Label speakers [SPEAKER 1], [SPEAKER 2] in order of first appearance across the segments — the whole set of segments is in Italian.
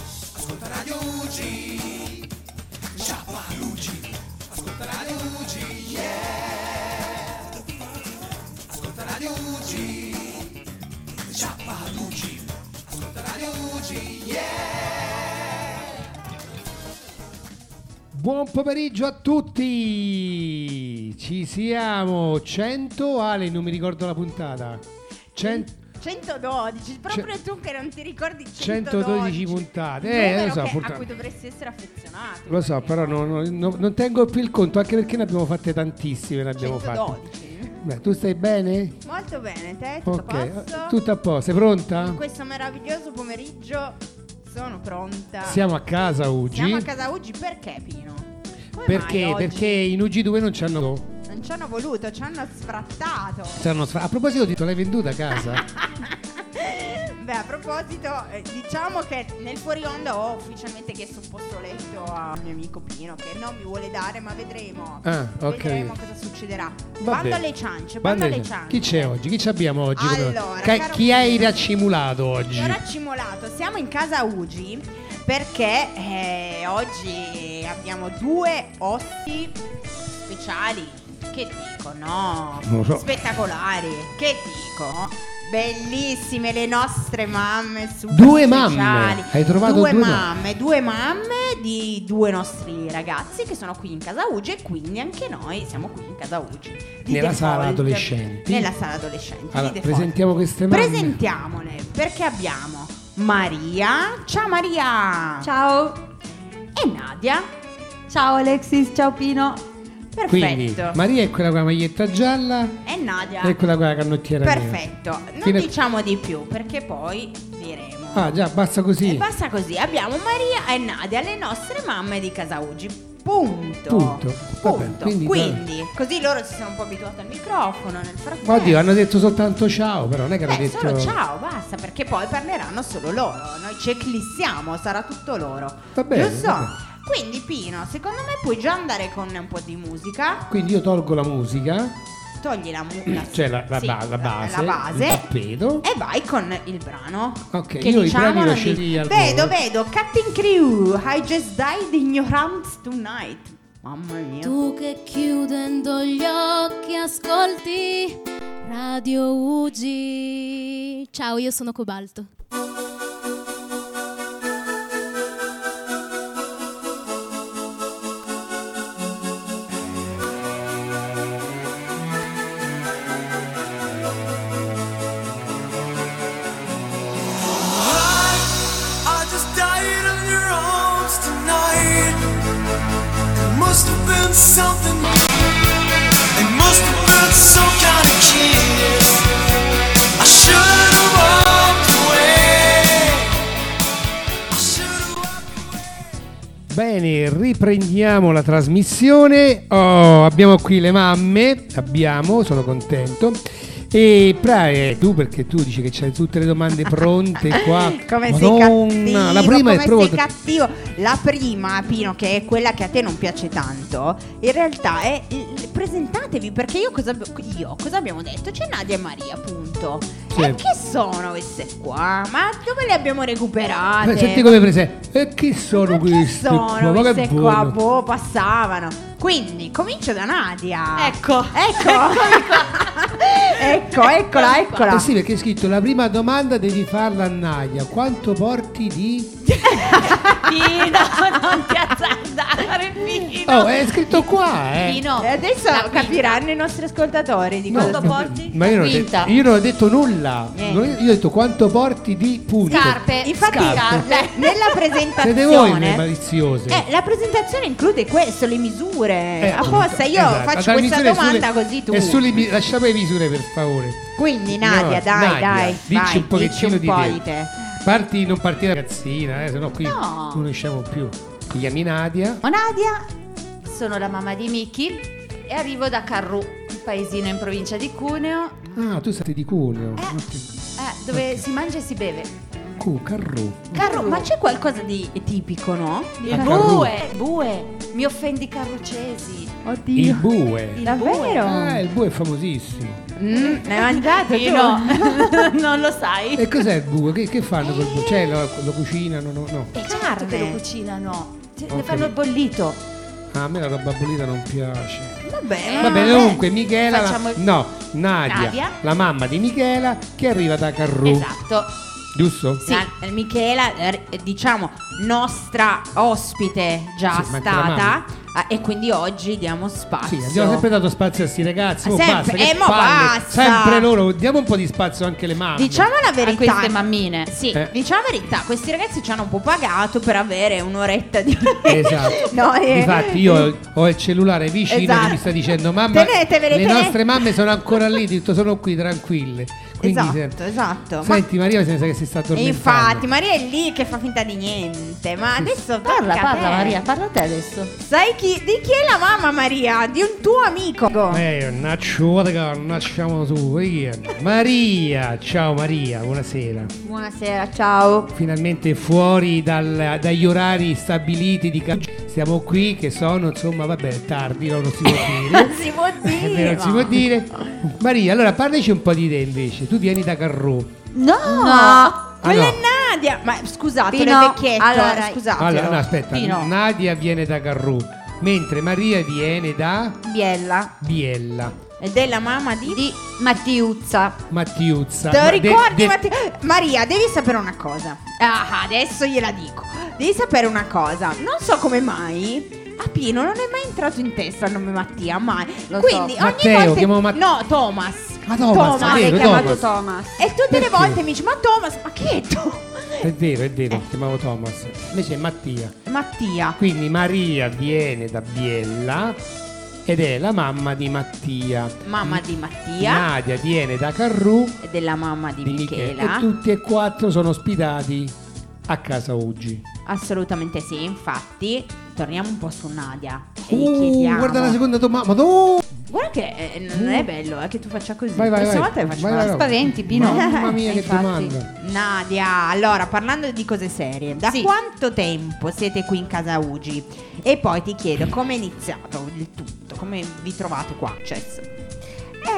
[SPEAKER 1] Ascolta Radio UG. Sciapa UG. Ascolta Radio UG, yeah. Ascolta Radio UG. Sciapa UG. Ascolta Radio UG, yeah.
[SPEAKER 2] Buon pomeriggio a tutti! Ci siamo! 100 Ale, non mi ricordo la puntata. Cen-
[SPEAKER 3] 112, proprio tu che non ti ricordi
[SPEAKER 2] 112 puntate. Eh,
[SPEAKER 3] Numero
[SPEAKER 2] lo so,
[SPEAKER 3] che-
[SPEAKER 2] purtroppo-
[SPEAKER 3] a cui dovresti essere affezionato.
[SPEAKER 2] lo so, però non, non- non tengo più il conto, anche perché ne abbiamo fatte tantissime. Ne abbiamo fatte.
[SPEAKER 3] 112.
[SPEAKER 2] Beh, tu stai bene?
[SPEAKER 3] Molto bene, te tutto a posto?
[SPEAKER 2] eh, tutto a posto. Sei pronta?
[SPEAKER 3] In questo meraviglioso pomeriggio sono pronta.
[SPEAKER 2] Siamo a casa oggi.
[SPEAKER 3] Siamo a casa oggi perché Pino? Come mai
[SPEAKER 2] perché?
[SPEAKER 3] oggi?
[SPEAKER 2] Perché in UG2 non ci hanno.
[SPEAKER 3] non ci hanno voluto, ci hanno sfrattato.
[SPEAKER 2] ci hanno sfa- A proposito, ti l'hai venduta a casa?
[SPEAKER 3] Beh, a proposito, eh, diciamo che nel fuori onda ho ufficialmente chiesto un posto letto a mio amico Pino che non mi vuole dare, ma vedremo.
[SPEAKER 2] Ah, ok.
[SPEAKER 3] Vedremo cosa succederà.
[SPEAKER 2] Va
[SPEAKER 3] Bando
[SPEAKER 2] bene.
[SPEAKER 3] alle ciance,
[SPEAKER 2] Bando
[SPEAKER 3] bando
[SPEAKER 2] ai
[SPEAKER 3] alle
[SPEAKER 2] cianci.
[SPEAKER 3] ciance.
[SPEAKER 2] Chi c'è oggi? Chi ci abbiamo oggi?
[SPEAKER 3] Allora,
[SPEAKER 2] Che-
[SPEAKER 3] caro-
[SPEAKER 2] chi hai raccimulato oggi?
[SPEAKER 3] Signora Cimolato, siamo in casa Ugi perché eh, oggi abbiamo due osti speciali. Che dico, no?
[SPEAKER 2] Non lo so.
[SPEAKER 3] Spettacolari. Che dico? Bellissime le nostre mamme super
[SPEAKER 2] Due
[SPEAKER 3] speciali.
[SPEAKER 2] mamme? Hai trovato
[SPEAKER 3] due,
[SPEAKER 2] due mamme?
[SPEAKER 3] mamme, due mamme di due nostri ragazzi che sono qui in casa Ugi e quindi anche noi siamo qui in casa Ugi. Di
[SPEAKER 2] Nella sala
[SPEAKER 3] default.
[SPEAKER 2] adolescenti.
[SPEAKER 3] Nella sala adolescenti. di
[SPEAKER 2] Allora,
[SPEAKER 3] default.
[SPEAKER 2] presentiamo queste mamme.
[SPEAKER 3] Presentiamole perché abbiamo Maria. Ciao Maria!
[SPEAKER 4] Ciao,
[SPEAKER 3] E Nadia.
[SPEAKER 4] ciao Alexis, ciao Pino.
[SPEAKER 3] Perfetto.
[SPEAKER 2] Quindi, Maria è quella con la maglietta gialla
[SPEAKER 3] E Nadia.
[SPEAKER 2] e quella con la canottiera nera.
[SPEAKER 3] Perfetto. Non
[SPEAKER 2] Fino a-
[SPEAKER 3] diciamo di più perché poi diremo.
[SPEAKER 2] Ah, già, basta
[SPEAKER 3] E
[SPEAKER 2] così.
[SPEAKER 3] Eh, basta così. Abbiamo Maria e Nadia, le nostre mamme di casa Ugi. Punto.
[SPEAKER 2] Punto. Vabbè,
[SPEAKER 3] Punto.
[SPEAKER 2] quindi-
[SPEAKER 3] quindi, così loro si sono un po' abituati al microfono nel frattempo.
[SPEAKER 2] Ma Oddio, hanno detto soltanto ciao, però non è che hanno
[SPEAKER 3] Beh,
[SPEAKER 2] detto
[SPEAKER 3] Eh, solo ciao, basta, perché poi parleranno solo loro. Noi ci eclissiamo, sarà tutto loro.
[SPEAKER 2] Va bene,
[SPEAKER 3] Giusto?
[SPEAKER 2] va bene.
[SPEAKER 3] Quindi, Pino, secondo me puoi già andare con un po' di musica.
[SPEAKER 2] Quindi io tolgo la musica,
[SPEAKER 3] Togli la musica.
[SPEAKER 2] cioè la, la ba- la base,
[SPEAKER 3] la base,
[SPEAKER 2] il tappeto.
[SPEAKER 3] E vai con il brano.
[SPEAKER 2] Ok,
[SPEAKER 3] che
[SPEAKER 2] io i
[SPEAKER 3] diciamo
[SPEAKER 2] brani
[SPEAKER 3] non
[SPEAKER 2] lo
[SPEAKER 3] di-
[SPEAKER 2] scegli al
[SPEAKER 3] Vedo,
[SPEAKER 2] volo.
[SPEAKER 3] vedo. Captain Crew, I just died ignorant tonight. Mamma mia.
[SPEAKER 5] Tu che chiudendo gli occhi ascolti Radio UG. Ciao, io sono Cobalto.
[SPEAKER 1] I, I just died in your arms tonight. It must have been something. It must have been some kind of kiss. I should have walked away. I should have walked
[SPEAKER 2] Bene, riprendiamo la trasmissione. Oh, abbiamo qui le mamme, abbiamo, sono contento. E Prae, tu perché tu dici che c'hai tutte le domande pronte qua.
[SPEAKER 3] Come sei
[SPEAKER 2] Madonna,
[SPEAKER 3] cattivo,
[SPEAKER 2] la prima
[SPEAKER 3] come
[SPEAKER 2] è proprio
[SPEAKER 3] sei cattivo. La prima, Pino, che è quella che a te non piace tanto, in realtà è il- presentatevi perché io cosa, abbi- io cosa abbiamo detto? C'è Nadia e Maria, punto.
[SPEAKER 2] Sì.
[SPEAKER 3] E che sono queste qua? Ma dove le abbiamo recuperate?
[SPEAKER 2] Beh, Senti come prese. E chi sono
[SPEAKER 3] Ma che
[SPEAKER 2] questi? qua?
[SPEAKER 3] sono
[SPEAKER 2] Ma che
[SPEAKER 3] queste qua?
[SPEAKER 2] buono.
[SPEAKER 3] Boh, passavano. Quindi comincio da Nadia.
[SPEAKER 4] Ecco.
[SPEAKER 3] ecco. ecco, eccola, eccola.
[SPEAKER 2] Eh sì, perché è scritto la prima domanda devi farla a Nadia. Quanto porti di.
[SPEAKER 4] Pino, non ti azzardare, Pino.
[SPEAKER 2] Oh, è scritto qua, eh!
[SPEAKER 4] Pino,
[SPEAKER 3] E adesso
[SPEAKER 4] Oh, la quinta.
[SPEAKER 3] capiranno i nostri ascoltatori di cosa
[SPEAKER 4] Quanto
[SPEAKER 3] stiamo-
[SPEAKER 4] porti?
[SPEAKER 2] Ma io non, ho de-
[SPEAKER 4] Quinta.
[SPEAKER 2] io non ho detto nulla.
[SPEAKER 3] Niente.
[SPEAKER 2] Non- Io ho detto quanto porti di punto.
[SPEAKER 4] Scarpe.
[SPEAKER 3] Infatti,
[SPEAKER 2] Scarpe.
[SPEAKER 3] la- nella
[SPEAKER 2] Siete voi le
[SPEAKER 3] presentazione.
[SPEAKER 2] maliziose.
[SPEAKER 3] Eh, la presentazione include questo, le misure.
[SPEAKER 2] Eh,
[SPEAKER 3] Apposta,
[SPEAKER 2] appunto,
[SPEAKER 3] io
[SPEAKER 2] esatto.
[SPEAKER 3] faccio
[SPEAKER 2] Dalle
[SPEAKER 3] questa
[SPEAKER 2] misure
[SPEAKER 3] domanda
[SPEAKER 2] sulle-
[SPEAKER 3] così tu.
[SPEAKER 2] E sulle mi- lasciamo le misure per favore.
[SPEAKER 3] Quindi, Nadia,
[SPEAKER 2] No,
[SPEAKER 3] dai,
[SPEAKER 2] Nadia,
[SPEAKER 3] dai.
[SPEAKER 2] Dici
[SPEAKER 3] vai,
[SPEAKER 2] un pochettino
[SPEAKER 3] dici un
[SPEAKER 2] di,
[SPEAKER 3] po'
[SPEAKER 2] te.
[SPEAKER 3] di te.
[SPEAKER 2] Parti, non partire ragazzina, eh, sennò qui
[SPEAKER 4] No.
[SPEAKER 2] non usciamo più. Ti chiami Nadia?
[SPEAKER 4] sono Oh, Nadia, sono la mamma di Miki e arrivo da Carru, un paesino in provincia di Cuneo,
[SPEAKER 2] Ah, tu sei di Cuneo.
[SPEAKER 4] eh,
[SPEAKER 2] Ok.
[SPEAKER 4] eh, dove si mangia e si beve.
[SPEAKER 2] Q, Carru.
[SPEAKER 4] Carro, ma c'è qualcosa di
[SPEAKER 3] Tipico, no?
[SPEAKER 2] Ah,
[SPEAKER 4] bue, bue, mi offendi carrocesi.
[SPEAKER 3] Oddio.
[SPEAKER 2] Il bue.
[SPEAKER 3] Davvero?
[SPEAKER 2] Ah, il bue è famosissimo.
[SPEAKER 3] Mm, ne hai mangiato tu?
[SPEAKER 4] Io no, non lo sai.
[SPEAKER 2] E cos'è il bue? Che, che fanno col bue? Cioè, lo, lo cucinano? No, no.
[SPEAKER 4] E certo
[SPEAKER 3] Carne.
[SPEAKER 4] che lo cucinano. Cioè,
[SPEAKER 2] Ho
[SPEAKER 4] Ne fanno il
[SPEAKER 2] capito.
[SPEAKER 4] bollito.
[SPEAKER 2] Ah, a me la roba bollita non piace.
[SPEAKER 3] Eh, Vabbè.
[SPEAKER 2] Va bene, comunque Michela, la-
[SPEAKER 4] Facciamo il-
[SPEAKER 2] no, Nadia,
[SPEAKER 4] Nadia.
[SPEAKER 2] la mamma di Michela che arriva da Carru,
[SPEAKER 4] Esatto.
[SPEAKER 2] giusto?
[SPEAKER 3] Sì, eh, Michela, eh, diciamo, nostra ospite già
[SPEAKER 2] Sì, ma anche la
[SPEAKER 3] stata ah, e quindi oggi diamo spazio.
[SPEAKER 2] Sì, abbiamo sempre dato spazio a questi ragazzi,
[SPEAKER 3] Ah,
[SPEAKER 2] oh,
[SPEAKER 3] sempre-
[SPEAKER 2] basta, che
[SPEAKER 3] eh, mo
[SPEAKER 2] palle.
[SPEAKER 3] basta.
[SPEAKER 2] Sempre loro, diamo un po' di spazio anche alle mamme.
[SPEAKER 3] Diciamo la
[SPEAKER 4] Per
[SPEAKER 3] verità.
[SPEAKER 4] queste mammine.
[SPEAKER 3] Sì,
[SPEAKER 2] Ah, Eh.
[SPEAKER 3] diciamo la verità, questi ragazzi ci hanno un po' pagato per avere un'oretta di...
[SPEAKER 2] Esatto.
[SPEAKER 3] No, eh.
[SPEAKER 2] Infatti io ho il cellulare vicino
[SPEAKER 3] Esatto.
[SPEAKER 2] che mi sta dicendo mamma,
[SPEAKER 3] Tenetevele,
[SPEAKER 2] le
[SPEAKER 3] tenete-
[SPEAKER 2] nostre mamme sono ancora lì, tutto sono qui tranquille. Quindi
[SPEAKER 3] Esatto,
[SPEAKER 2] se-
[SPEAKER 3] esatto. Ma-
[SPEAKER 2] Senti Maria mi sembra che si sta
[SPEAKER 3] E
[SPEAKER 2] addormentando.
[SPEAKER 3] infatti, Maria è lì che fa finta di niente, ma adesso tocca
[SPEAKER 4] Parla,
[SPEAKER 3] a
[SPEAKER 4] parla
[SPEAKER 3] te.
[SPEAKER 4] Maria, parla te adesso.
[SPEAKER 3] Sai chi, di chi è la mamma Maria? Di un tuo amico.
[SPEAKER 2] Eh, nacciuta, nasciamo su, Maria. Maria, ciao Maria, buonasera.
[SPEAKER 6] Buonasera, ciao.
[SPEAKER 2] Finalmente fuori dal- dagli orari stabiliti di ca- Siamo qui che sono, insomma, vabbè, tardi, no, non si può dire.
[SPEAKER 3] si può
[SPEAKER 2] È Eh, vero, non si può dire. Maria, allora parlaci un po' di te invece. Tu vieni da Carrò.
[SPEAKER 4] No!
[SPEAKER 6] No,
[SPEAKER 3] Quella
[SPEAKER 2] Ah,
[SPEAKER 3] è Nadia. Ma scusate,
[SPEAKER 6] Pino,
[SPEAKER 3] le vecchiette.
[SPEAKER 6] allora-
[SPEAKER 3] scusate.
[SPEAKER 2] Allora, no, aspetta,
[SPEAKER 4] Pino.
[SPEAKER 2] Nadia viene da Carrò, mentre Maria viene da
[SPEAKER 6] Biella
[SPEAKER 2] Biella,
[SPEAKER 3] Ed è la mamma di.
[SPEAKER 6] di Mattiuzza.
[SPEAKER 2] Mattiuzza.
[SPEAKER 3] Te lo
[SPEAKER 2] Ma de-
[SPEAKER 3] ricordi,
[SPEAKER 2] de-
[SPEAKER 3] Matte- Maria? Devi sapere una cosa. Ah, adesso gliela dico. Devi sapere una cosa. Non so come mai. A Pino non è mai entrato in testa il nome Mattia, mai.
[SPEAKER 6] Lo so.
[SPEAKER 3] Quindi ogni
[SPEAKER 2] Matteo,
[SPEAKER 3] volta.
[SPEAKER 2] chiamiamo Matt-
[SPEAKER 3] no, Thomas.
[SPEAKER 2] Ah, Thomas,
[SPEAKER 6] Ma
[SPEAKER 2] è
[SPEAKER 6] l'hai
[SPEAKER 2] vero,
[SPEAKER 6] chiamato
[SPEAKER 2] Thomas.
[SPEAKER 6] Thomas.
[SPEAKER 3] E tutte
[SPEAKER 2] Perché?
[SPEAKER 3] le volte mi dici, ma Thomas, ma che è tu?
[SPEAKER 2] È vero, è vero,
[SPEAKER 3] Eh.
[SPEAKER 2] chiamavo Thomas. Invece è Mattia.
[SPEAKER 3] Mattia.
[SPEAKER 2] Quindi Maria viene da Biella ed è la mamma di Mattia.
[SPEAKER 3] Mamma di Mattia.
[SPEAKER 2] Nadia viene da Carrù
[SPEAKER 3] e Della mamma di,
[SPEAKER 2] di Michela.
[SPEAKER 3] Michela.
[SPEAKER 2] E tutti e quattro sono ospitati a casa oggi.
[SPEAKER 3] Assolutamente sì, infatti torniamo un po' su Nadia e gli
[SPEAKER 2] Uh,
[SPEAKER 3] chiediamo.
[SPEAKER 2] guarda la seconda domanda. Madonna!
[SPEAKER 3] Guarda che eh, non è bello eh, che tu faccia così.
[SPEAKER 2] Vai, vai,
[SPEAKER 3] Questa
[SPEAKER 2] vai.
[SPEAKER 3] volta che
[SPEAKER 2] Vai,
[SPEAKER 3] facciamo
[SPEAKER 2] vai,
[SPEAKER 3] la-
[SPEAKER 2] vai.
[SPEAKER 6] spaventi, Pino.
[SPEAKER 2] Mamma mia, che
[SPEAKER 6] Infatti.
[SPEAKER 2] domanda.
[SPEAKER 3] Nadia, allora parlando di cose serie, da
[SPEAKER 4] Sì.
[SPEAKER 3] quanto tempo siete qui in casa Ugi? E poi ti chiedo come è iniziato il tutto, come vi trovate qua? Cioè,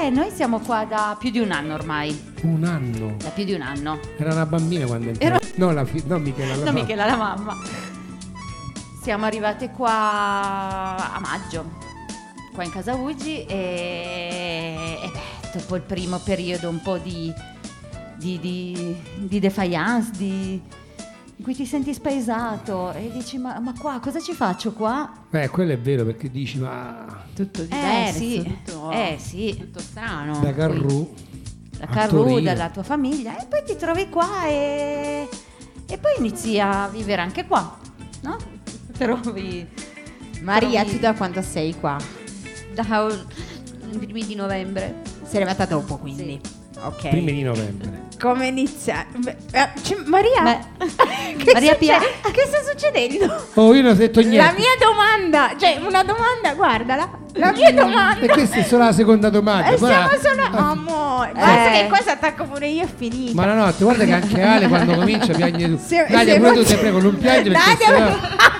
[SPEAKER 4] Eh, noi siamo qua da più di un anno ormai.
[SPEAKER 2] Un anno.
[SPEAKER 4] Da più di un anno.
[SPEAKER 2] Era una bambina quando è entrata. No, la fi- no, Michela. La
[SPEAKER 4] No,
[SPEAKER 2] mamma.
[SPEAKER 4] Michela, la mamma. Siamo arrivate qua a maggio, qua in casa Ugi e, e beh, dopo il primo periodo un po' di, di, di- di defiance, di, in cui ti senti spaesato e dici ma, ma qua cosa ci faccio qua?
[SPEAKER 2] Beh, Eh, quello è vero perché dici, ma
[SPEAKER 3] tutto
[SPEAKER 4] Eh
[SPEAKER 3] diverso,
[SPEAKER 4] sì,
[SPEAKER 3] tutto,
[SPEAKER 4] eh sì,
[SPEAKER 3] tutto strano.
[SPEAKER 2] da Carrù.
[SPEAKER 4] la
[SPEAKER 2] A Torino.
[SPEAKER 4] carruda, la tua famiglia e poi ti trovi qua e, e poi inizi a vivere anche qua, no? Trovi...
[SPEAKER 3] Maria,
[SPEAKER 4] trovi-
[SPEAKER 3] tu da quanto sei qua?
[SPEAKER 6] Da i primi di novembre.
[SPEAKER 3] Sei arrivata dopo quindi. Ok.
[SPEAKER 2] Primi di novembre.
[SPEAKER 3] Come inizia? Beh, eh, c'è- Maria, che,
[SPEAKER 4] Maria
[SPEAKER 3] succe-
[SPEAKER 4] Pia-
[SPEAKER 3] che sta succedendo?
[SPEAKER 2] Oh, io non ho detto niente.
[SPEAKER 3] La mia domanda, cioè una domanda, guardala. La mia
[SPEAKER 2] E
[SPEAKER 3] domanda.
[SPEAKER 2] questa è solo la seconda domanda.
[SPEAKER 3] E
[SPEAKER 2] guarda-
[SPEAKER 3] siamo solo
[SPEAKER 2] Ah,
[SPEAKER 3] amore. Guarda
[SPEAKER 6] Eh.
[SPEAKER 3] che cosa attacco pure io è finita.
[SPEAKER 2] Ma la notte, guarda che anche Ale quando comincia piange tu.
[SPEAKER 3] Se-
[SPEAKER 2] Nadia,
[SPEAKER 3] se-
[SPEAKER 2] pure tu ti prego, non piangere perché
[SPEAKER 3] Nadia-
[SPEAKER 2] sennò-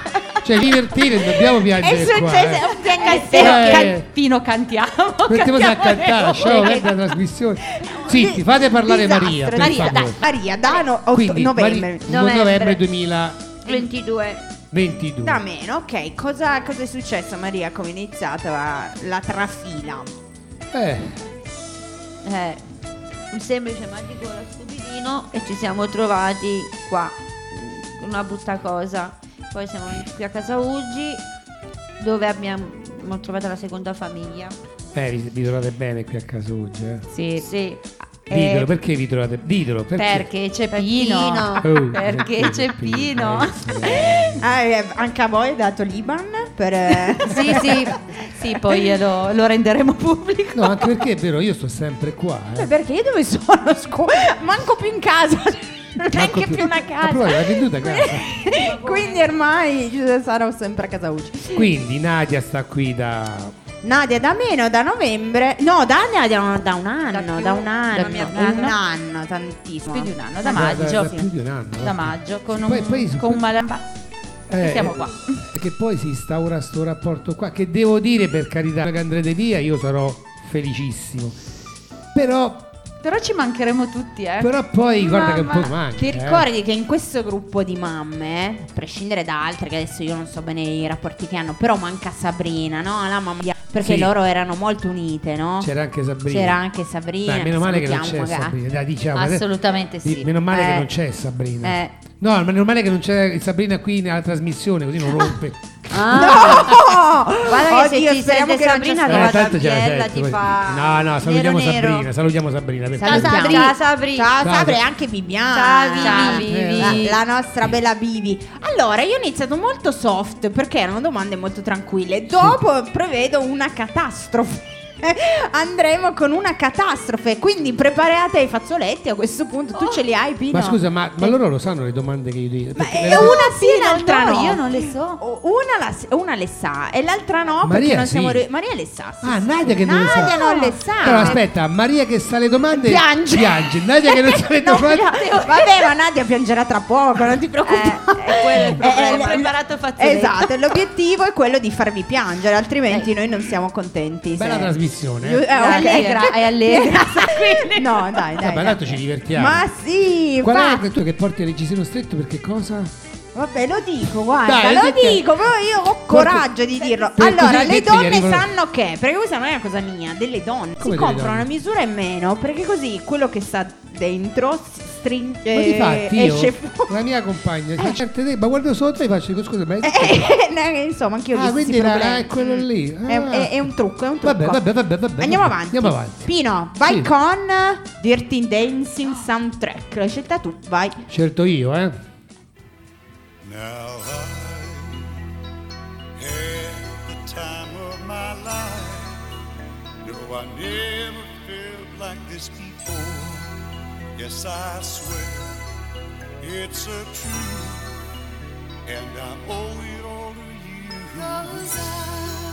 [SPEAKER 2] Cioè, divertire, dobbiamo piangere
[SPEAKER 3] È
[SPEAKER 2] qua,
[SPEAKER 3] successo,
[SPEAKER 2] eh.
[SPEAKER 3] è un piangastello.
[SPEAKER 2] Eh.
[SPEAKER 4] Campino cantiamo.
[SPEAKER 2] Mettiamoci a
[SPEAKER 4] cantiamo le
[SPEAKER 2] cantare, lasciamo
[SPEAKER 4] opere.
[SPEAKER 2] perdere la trasmissione. Zitti, fate parlare
[SPEAKER 3] Disastro,
[SPEAKER 2] Maria, per
[SPEAKER 3] Maria,
[SPEAKER 2] favore.
[SPEAKER 3] dai, Maria, da no- otto-
[SPEAKER 2] Quindi,
[SPEAKER 3] novembre.
[SPEAKER 2] Mari- novembre.
[SPEAKER 6] Novembre.
[SPEAKER 2] 2022.
[SPEAKER 6] 22.
[SPEAKER 3] Da meno, ok. Cosa, cosa è successo Maria? Come è iniziata la, la trafila?
[SPEAKER 2] Eh,
[SPEAKER 6] Eh, un semplice magico da stupidino e ci siamo trovati qua. con Una brutta cosa. Poi siamo venuti qui a casa Uggi dove abbiamo, abbiamo trovato la seconda famiglia.
[SPEAKER 2] eh, vi, vi trovate bene qui a casa oggi, eh.
[SPEAKER 4] Sì,
[SPEAKER 6] Sì.
[SPEAKER 2] Ditelo,
[SPEAKER 6] Eh,
[SPEAKER 2] perché vi trovate? Ditelo, perché?
[SPEAKER 4] perché c'è Pino.
[SPEAKER 2] Oh,
[SPEAKER 4] Perché c'è Pino.
[SPEAKER 2] Eh, sì.
[SPEAKER 3] Ah, eh, anche a voi è dato l'Iban per... eh,
[SPEAKER 4] Sì, sì, sì,
[SPEAKER 2] eh,
[SPEAKER 4] poi lo, lo renderemo pubblico.
[SPEAKER 2] No, anche perché è vero, io sto sempre qua,
[SPEAKER 3] Ma
[SPEAKER 2] eh.
[SPEAKER 3] Cioè, Perché io dove sono? Scusa, manco più in casa. Non è
[SPEAKER 2] Manco
[SPEAKER 3] anche più una
[SPEAKER 2] Ma poi l'hai
[SPEAKER 3] casa.
[SPEAKER 2] venduta casa?
[SPEAKER 3] Quindi ormai sarò sempre a casa Ucci.
[SPEAKER 2] Quindi Nadia sta qui da
[SPEAKER 3] Nadia da meno da novembre. No, da Nadia no, da un anno, da,
[SPEAKER 4] più-
[SPEAKER 3] un anno,
[SPEAKER 4] da più
[SPEAKER 3] un
[SPEAKER 4] anno.
[SPEAKER 3] anno, tantissimo.
[SPEAKER 4] più di un anno, da
[SPEAKER 3] Sì.
[SPEAKER 2] Da- da-
[SPEAKER 4] maggio.
[SPEAKER 2] da più di un anno,
[SPEAKER 4] Da
[SPEAKER 2] vabbè.
[SPEAKER 4] maggio, con un,
[SPEAKER 2] Poi- poi su-
[SPEAKER 4] con un malamba.
[SPEAKER 2] Eh,
[SPEAKER 4] siamo qua.
[SPEAKER 2] Perché poi si instaura sto rapporto qua, che devo dire per carità, che andrete via io sarò felicissimo. Però,
[SPEAKER 4] Però ci mancheremo tutti, eh.
[SPEAKER 2] però poi guarda che un po'
[SPEAKER 3] Ma
[SPEAKER 2] manca.
[SPEAKER 3] Ti
[SPEAKER 2] eh.
[SPEAKER 3] ricordi che in questo gruppo di mamme, a prescindere da altre, che adesso io non so bene i rapporti che hanno, però manca Sabrina, no? La mamma di- Perché
[SPEAKER 2] Sì. Cioè.
[SPEAKER 3] loro erano molto unite, no?
[SPEAKER 2] C'era anche Sabrina.
[SPEAKER 3] C'era anche Sabrina,
[SPEAKER 2] Dai, meno male che non c'è
[SPEAKER 3] salutiamo, magari.
[SPEAKER 2] Sabrina. Dai, diciamo,
[SPEAKER 4] Assolutamente
[SPEAKER 2] Di-
[SPEAKER 4] sì.
[SPEAKER 2] Meno male che
[SPEAKER 3] Eh.
[SPEAKER 2] non c'è Sabrina.
[SPEAKER 3] Eh.
[SPEAKER 2] No, ma meno male che non c'è Sabrina qui nella trasmissione, così non rompe.
[SPEAKER 6] Ah.
[SPEAKER 4] Ah.
[SPEAKER 3] No!
[SPEAKER 6] Guarda che
[SPEAKER 3] Oddio,
[SPEAKER 6] se ti
[SPEAKER 3] speriamo che
[SPEAKER 6] sente
[SPEAKER 3] non ci
[SPEAKER 6] Sabrina
[SPEAKER 3] sia-
[SPEAKER 6] guarda,
[SPEAKER 2] tanto Eh, ce la
[SPEAKER 6] Biella
[SPEAKER 2] sento,
[SPEAKER 6] ti
[SPEAKER 2] poi-
[SPEAKER 6] fa
[SPEAKER 2] No, no, salutiamo
[SPEAKER 6] nero, nero.
[SPEAKER 2] Sabrina, salutiamo Sabrina. per
[SPEAKER 3] Ciao,
[SPEAKER 6] Ciao
[SPEAKER 2] favore.
[SPEAKER 3] Sabri.
[SPEAKER 6] Sabri. Ciao Sabri.
[SPEAKER 3] Ciao
[SPEAKER 2] Ciao,
[SPEAKER 3] Sabri e
[SPEAKER 2] Sabri.
[SPEAKER 3] anche Bibiana.
[SPEAKER 6] Ciao,
[SPEAKER 2] Vivi.
[SPEAKER 3] La, la nostra bella Bibi. Allora, io ho iniziato molto soft perché erano domande molto tranquille. Dopo prevedo una catastrofe. Andremo con una catastrofe, quindi preparate i fazzoletti a questo punto. Tu ce li hai, Pino?
[SPEAKER 2] Ma scusa, ma, ma loro lo sanno le domande che io dico?
[SPEAKER 3] Ma
[SPEAKER 2] Perché
[SPEAKER 3] è
[SPEAKER 2] le-
[SPEAKER 6] Ah,
[SPEAKER 3] una sì,
[SPEAKER 4] sì,
[SPEAKER 3] l'altra
[SPEAKER 4] no,
[SPEAKER 3] no.
[SPEAKER 4] io non le so.
[SPEAKER 3] O- Una, la- una le sa e l'altra no perché
[SPEAKER 2] Maria
[SPEAKER 3] non siamo
[SPEAKER 2] sì.
[SPEAKER 3] riu- Maria le sa. sì,
[SPEAKER 2] Ah,
[SPEAKER 3] sì,
[SPEAKER 2] Nadia
[SPEAKER 3] sì.
[SPEAKER 2] che non le sa.
[SPEAKER 3] Nadia non le sa.
[SPEAKER 2] Allora, aspetta, Maria che sa le domande
[SPEAKER 3] Piange.
[SPEAKER 2] Nadia che non sa le
[SPEAKER 3] No,
[SPEAKER 2] domande.
[SPEAKER 3] no, vabbè, ma Nadia piangerà tra poco, non ti preoccupare.
[SPEAKER 6] Eh, è quello il problema.
[SPEAKER 3] l-
[SPEAKER 6] Ho preparato fazzoletto. Eh.
[SPEAKER 3] Esatto, l'obiettivo è quello di farvi piangere, altrimenti noi non siamo contenti.
[SPEAKER 2] Bella
[SPEAKER 3] se-
[SPEAKER 2] trasmissione.
[SPEAKER 3] Io-
[SPEAKER 2] eh.
[SPEAKER 3] eh, ok.
[SPEAKER 4] allegra, è allegra.
[SPEAKER 3] no, dai,
[SPEAKER 2] Vabbè,
[SPEAKER 3] dai. dai.
[SPEAKER 2] tanto ci divertiamo.
[SPEAKER 3] Ma sì,
[SPEAKER 2] Qual
[SPEAKER 3] fa-
[SPEAKER 2] è che tu che porti il reggiseno stretto perché cosa?
[SPEAKER 3] Vabbè, lo dico, guarda,
[SPEAKER 2] Dai,
[SPEAKER 3] lo
[SPEAKER 2] sì che-
[SPEAKER 3] dico, però io ho coraggio di dirlo.
[SPEAKER 2] per così
[SPEAKER 3] Allora,
[SPEAKER 2] che
[SPEAKER 3] le
[SPEAKER 2] ti
[SPEAKER 3] donne
[SPEAKER 2] arrivano-
[SPEAKER 3] sanno che, perché questa non è una cosa mia, delle donne
[SPEAKER 2] Come
[SPEAKER 3] si
[SPEAKER 2] delle
[SPEAKER 3] comprano
[SPEAKER 2] donne?
[SPEAKER 3] una misura in meno, perché così quello che sta dentro si stringe
[SPEAKER 2] Ma di fatti io,
[SPEAKER 3] esce fuori.
[SPEAKER 2] la mia compagna, fa certe idee, ma guardo sotto e faccio, scusa, ma è
[SPEAKER 3] Eh, eh, insomma, anch'io
[SPEAKER 2] Ah,
[SPEAKER 3] ho
[SPEAKER 2] quindi
[SPEAKER 3] questi
[SPEAKER 2] la-
[SPEAKER 3] problemi.
[SPEAKER 2] è quello lì.
[SPEAKER 3] Mm. È,
[SPEAKER 2] Ah.
[SPEAKER 3] è- è un trucco, è un trucco.
[SPEAKER 2] Vabbè, vabbè, vabbè, vabbè.
[SPEAKER 3] Andiamo
[SPEAKER 2] vabbè.
[SPEAKER 3] avanti.
[SPEAKER 2] Andiamo avanti.
[SPEAKER 3] Pino, vai
[SPEAKER 2] Sì.
[SPEAKER 3] con Dirty Dancing Soundtrack. L'hai scelta tu, vai.
[SPEAKER 2] Certo io, eh.
[SPEAKER 1] Now I had the time of my life. No, I never felt like this before. Yes, I swear it's a truth, and I owe it all to you.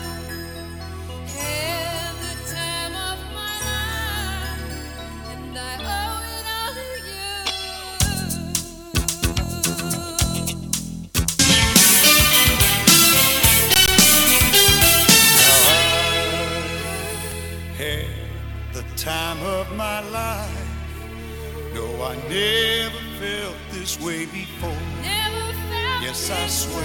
[SPEAKER 1] had the time of my life. No, I never felt this way before. Yes, I swear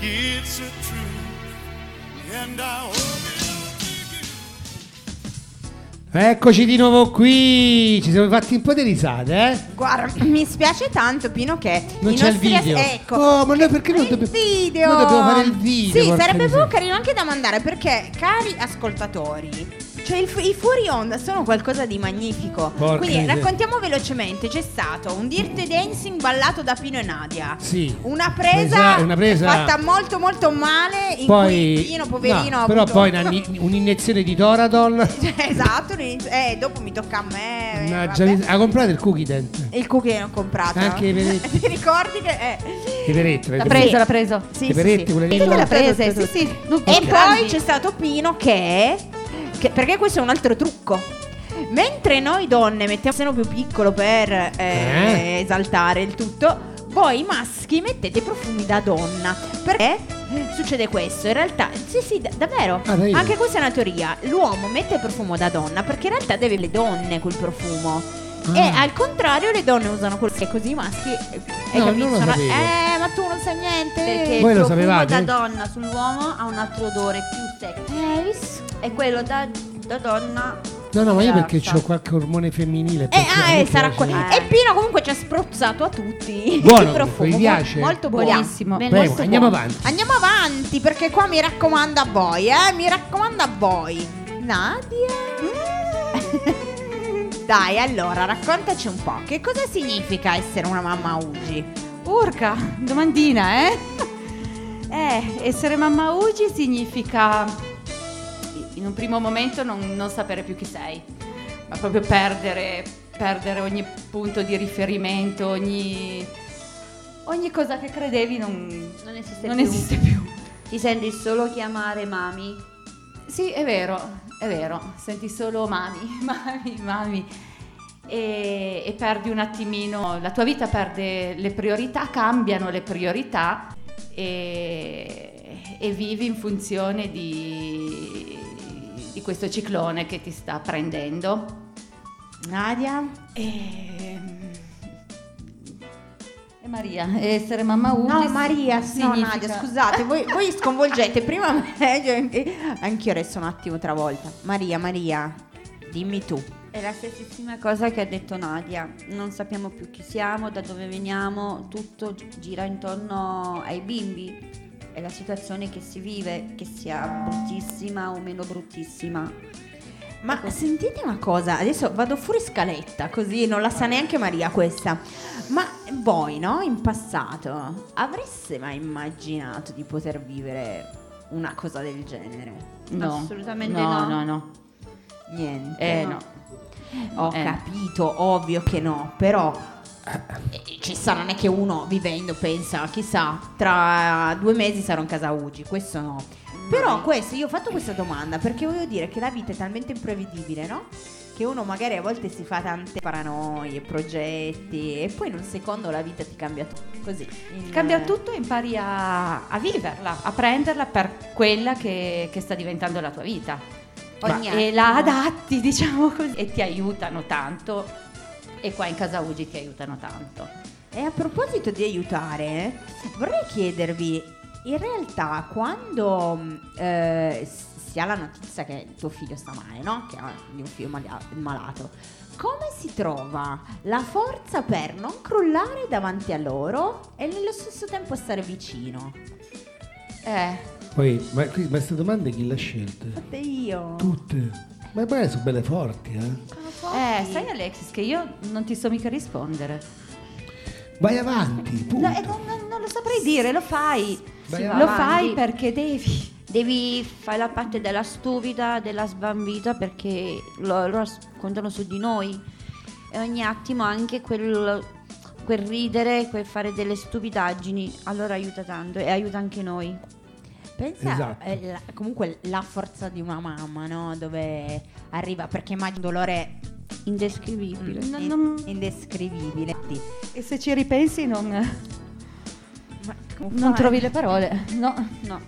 [SPEAKER 1] it's a truth, and I hope it'll keep you.
[SPEAKER 2] Eccoci di nuovo qui. Ci siamo fatti un po' di risate, eh.
[SPEAKER 3] Guarda, mi spiace tanto, Pino, che
[SPEAKER 2] Non
[SPEAKER 3] i
[SPEAKER 2] c'è il
[SPEAKER 3] nostri as-
[SPEAKER 2] video.
[SPEAKER 3] Ecco.
[SPEAKER 2] Oh, ma noi perché non
[SPEAKER 3] il
[SPEAKER 2] dobbiamo
[SPEAKER 3] video?
[SPEAKER 2] Noi dobbiamo fare il video.
[SPEAKER 3] Sì,
[SPEAKER 2] porca
[SPEAKER 3] sarebbe
[SPEAKER 2] miseria.
[SPEAKER 3] proprio carino anche da mandare perché, cari ascoltatori, cioè il fu- i fuori onda sono qualcosa di magnifico.
[SPEAKER 2] Porca
[SPEAKER 3] Quindi
[SPEAKER 2] miseria.
[SPEAKER 3] raccontiamo velocemente: c'è stato un Dirty Dancing ballato da Pino e Nadia.
[SPEAKER 2] Sì.
[SPEAKER 3] Una presa,
[SPEAKER 2] Presa- una presa-
[SPEAKER 3] fatta molto molto male in
[SPEAKER 2] Poi
[SPEAKER 3] cui Pino, poverino,
[SPEAKER 2] no,
[SPEAKER 3] ha
[SPEAKER 2] però
[SPEAKER 3] avuto-
[SPEAKER 2] poi una- un'iniezione di Doradol.
[SPEAKER 3] esatto, un inizio- eh, dopo mi tocca a me. eh,
[SPEAKER 2] Una
[SPEAKER 3] vabbè.
[SPEAKER 2] già- ha comprato il cookie dent.
[SPEAKER 3] Il cookie che non ho comprato.
[SPEAKER 2] Anche i peretti.
[SPEAKER 3] Ti ricordi che eh.
[SPEAKER 2] I peretti, le
[SPEAKER 4] L'ha
[SPEAKER 2] peretti.
[SPEAKER 4] preso, l'ha preso.
[SPEAKER 3] Sì,
[SPEAKER 2] I peretti, quelle lì.
[SPEAKER 4] Sì,
[SPEAKER 2] no?
[SPEAKER 4] l'ha presa, sì, sì.
[SPEAKER 3] E poi c'è stato Pino che, che- perché questo è un altro trucco. Mentre noi donne mettiamo il seno più piccolo per eh,
[SPEAKER 2] Eh?
[SPEAKER 3] esaltare il tutto, voi maschi mettete profumi da donna. Perché succede questo? In realtà, sì, sì, da- davvero.
[SPEAKER 2] Ah, dai.
[SPEAKER 3] Anche questa è una teoria. L'uomo mette profumo da donna perché in realtà deve le donne quel profumo.
[SPEAKER 2] Ah.
[SPEAKER 3] E eh, al contrario le donne usano quello che così i maschi eh, hai
[SPEAKER 2] No,
[SPEAKER 3] capito?
[SPEAKER 2] non lo
[SPEAKER 3] Sono-
[SPEAKER 2] sapevo.
[SPEAKER 3] eh, ma tu non sai niente.
[SPEAKER 6] Perché
[SPEAKER 2] Voi
[SPEAKER 6] il
[SPEAKER 2] lo
[SPEAKER 6] profumo
[SPEAKER 2] sapevate?
[SPEAKER 6] da donna sull'uomo ha un altro odore più secco.
[SPEAKER 3] Eh, hai visto?
[SPEAKER 6] E quello da, da donna.
[SPEAKER 2] No, no, ma io perché
[SPEAKER 6] Grassa.
[SPEAKER 2] ho qualche ormone femminile.
[SPEAKER 3] Eh,
[SPEAKER 2] perché a
[SPEAKER 3] ah,
[SPEAKER 2] me
[SPEAKER 3] eh, sarà
[SPEAKER 2] piace.
[SPEAKER 3] quello.
[SPEAKER 6] Eh.
[SPEAKER 3] E Pino comunque ci ha spruzzato a tutti
[SPEAKER 2] Buono,
[SPEAKER 3] il profumo.
[SPEAKER 2] vi piace?
[SPEAKER 3] Molto buono.
[SPEAKER 4] Buonissimo.
[SPEAKER 6] Bene.
[SPEAKER 2] Prego,
[SPEAKER 6] Molto
[SPEAKER 2] andiamo
[SPEAKER 6] buono.
[SPEAKER 2] avanti.
[SPEAKER 3] Andiamo avanti perché qua mi raccomando a voi, eh, mi raccomando a voi. Nadia. Dai, allora, raccontaci un po', che cosa significa essere una mamma Ugi?
[SPEAKER 4] Urca, domandina, eh? Eh, essere mamma Ugi significa in un primo momento non, non sapere più chi sei, ma proprio perdere, perdere ogni punto di riferimento, ogni, ogni cosa che credevi non,
[SPEAKER 6] Non esiste
[SPEAKER 4] non
[SPEAKER 6] più.
[SPEAKER 4] esiste più.
[SPEAKER 6] Ti senti solo chiamare mami
[SPEAKER 4] Sì, è vero, è vero, senti solo mami, mami, mami. E, e perdi un attimino, la tua vita perde le priorità, cambiano le priorità e, e vivi in funzione di, di questo ciclone che ti sta prendendo.
[SPEAKER 3] Nadia?
[SPEAKER 4] E, e Maria, essere mamma Ugi
[SPEAKER 3] No,
[SPEAKER 4] si-
[SPEAKER 3] Maria, no,
[SPEAKER 4] significa-
[SPEAKER 3] Nadia, scusate, voi, voi sconvolgete prima me, io- anch'io resto un attimo travolta. Maria, Maria, dimmi tu.
[SPEAKER 6] È la stessissima cosa che ha detto Nadia, non sappiamo più chi siamo, da dove veniamo, tutto gi- gira intorno ai bimbi, è la situazione che si vive, che sia bruttissima o meno bruttissima.
[SPEAKER 3] Ma sentite una cosa, adesso vado fuori scaletta, così non la sa neanche Maria questa. Ma voi, no, in passato, avreste mai immaginato di poter vivere una cosa del genere?
[SPEAKER 4] No,
[SPEAKER 6] Assolutamente
[SPEAKER 4] no,
[SPEAKER 6] no.
[SPEAKER 4] no, no.
[SPEAKER 3] Niente.
[SPEAKER 4] Eh,
[SPEAKER 3] no?
[SPEAKER 4] no.
[SPEAKER 3] Ho
[SPEAKER 4] Eh.
[SPEAKER 3] capito, ovvio che no, però eh, ci sta, non è che uno vivendo pensa, chissà, tra due mesi sarò in casa Ugi, questo no. Però questo, io ho fatto questa domanda perché voglio dire che la vita è talmente imprevedibile, no? Che uno magari a volte si fa tante paranoie, progetti e poi in un secondo la vita ti cambia tutto. Così. in- eh.
[SPEAKER 4] Cambia tutto e impari a, a viverla, a prenderla per quella che, che sta diventando la tua vita.
[SPEAKER 6] Ogni
[SPEAKER 4] e
[SPEAKER 6] attimo.
[SPEAKER 4] la adatti, diciamo così, e ti aiutano tanto. E qua in casa Ugi ti aiutano tanto.
[SPEAKER 3] E a proposito di aiutare, vorrei chiedervi, in realtà quando mh, eh, s- si ha la notizia che tuo figlio sta male, no? Che ha di un figlio malia- malato, come si trova la forza per non crollare davanti a loro e nello stesso tempo stare vicino?
[SPEAKER 4] Eh,
[SPEAKER 2] Poi, ma qui- ma queste domande chi le ha scelte?
[SPEAKER 3] Fate io.
[SPEAKER 2] Tutte. Ma poi sono belle forti, eh?
[SPEAKER 4] eh, sai Alexis che io non ti so mica rispondere.
[SPEAKER 2] Vai avanti, punto.
[SPEAKER 4] No, eh, non, non- non lo saprei dire, lo fai.
[SPEAKER 2] Vai
[SPEAKER 4] lo
[SPEAKER 2] avanti.
[SPEAKER 4] fai perché devi.
[SPEAKER 6] Devi fare la parte della stupida, della sbambita perché lo- loro s- contano su di noi e ogni attimo anche quel, quel ridere, quel fare delle stupidaggini, allora aiuta tanto e aiuta anche noi.
[SPEAKER 3] Pensa
[SPEAKER 2] Esatto.
[SPEAKER 3] eh, la- comunque la forza di una mamma, no? Dove arriva, perché immagino un dolore
[SPEAKER 6] Indescrivibile.
[SPEAKER 2] Mm.
[SPEAKER 4] Non-
[SPEAKER 3] in-
[SPEAKER 4] Mm, non-
[SPEAKER 3] indescrivibile.
[SPEAKER 4] E se ci ripensi non,
[SPEAKER 3] Ma come
[SPEAKER 4] non
[SPEAKER 3] fai?
[SPEAKER 4] trovi le parole. No, eh, no.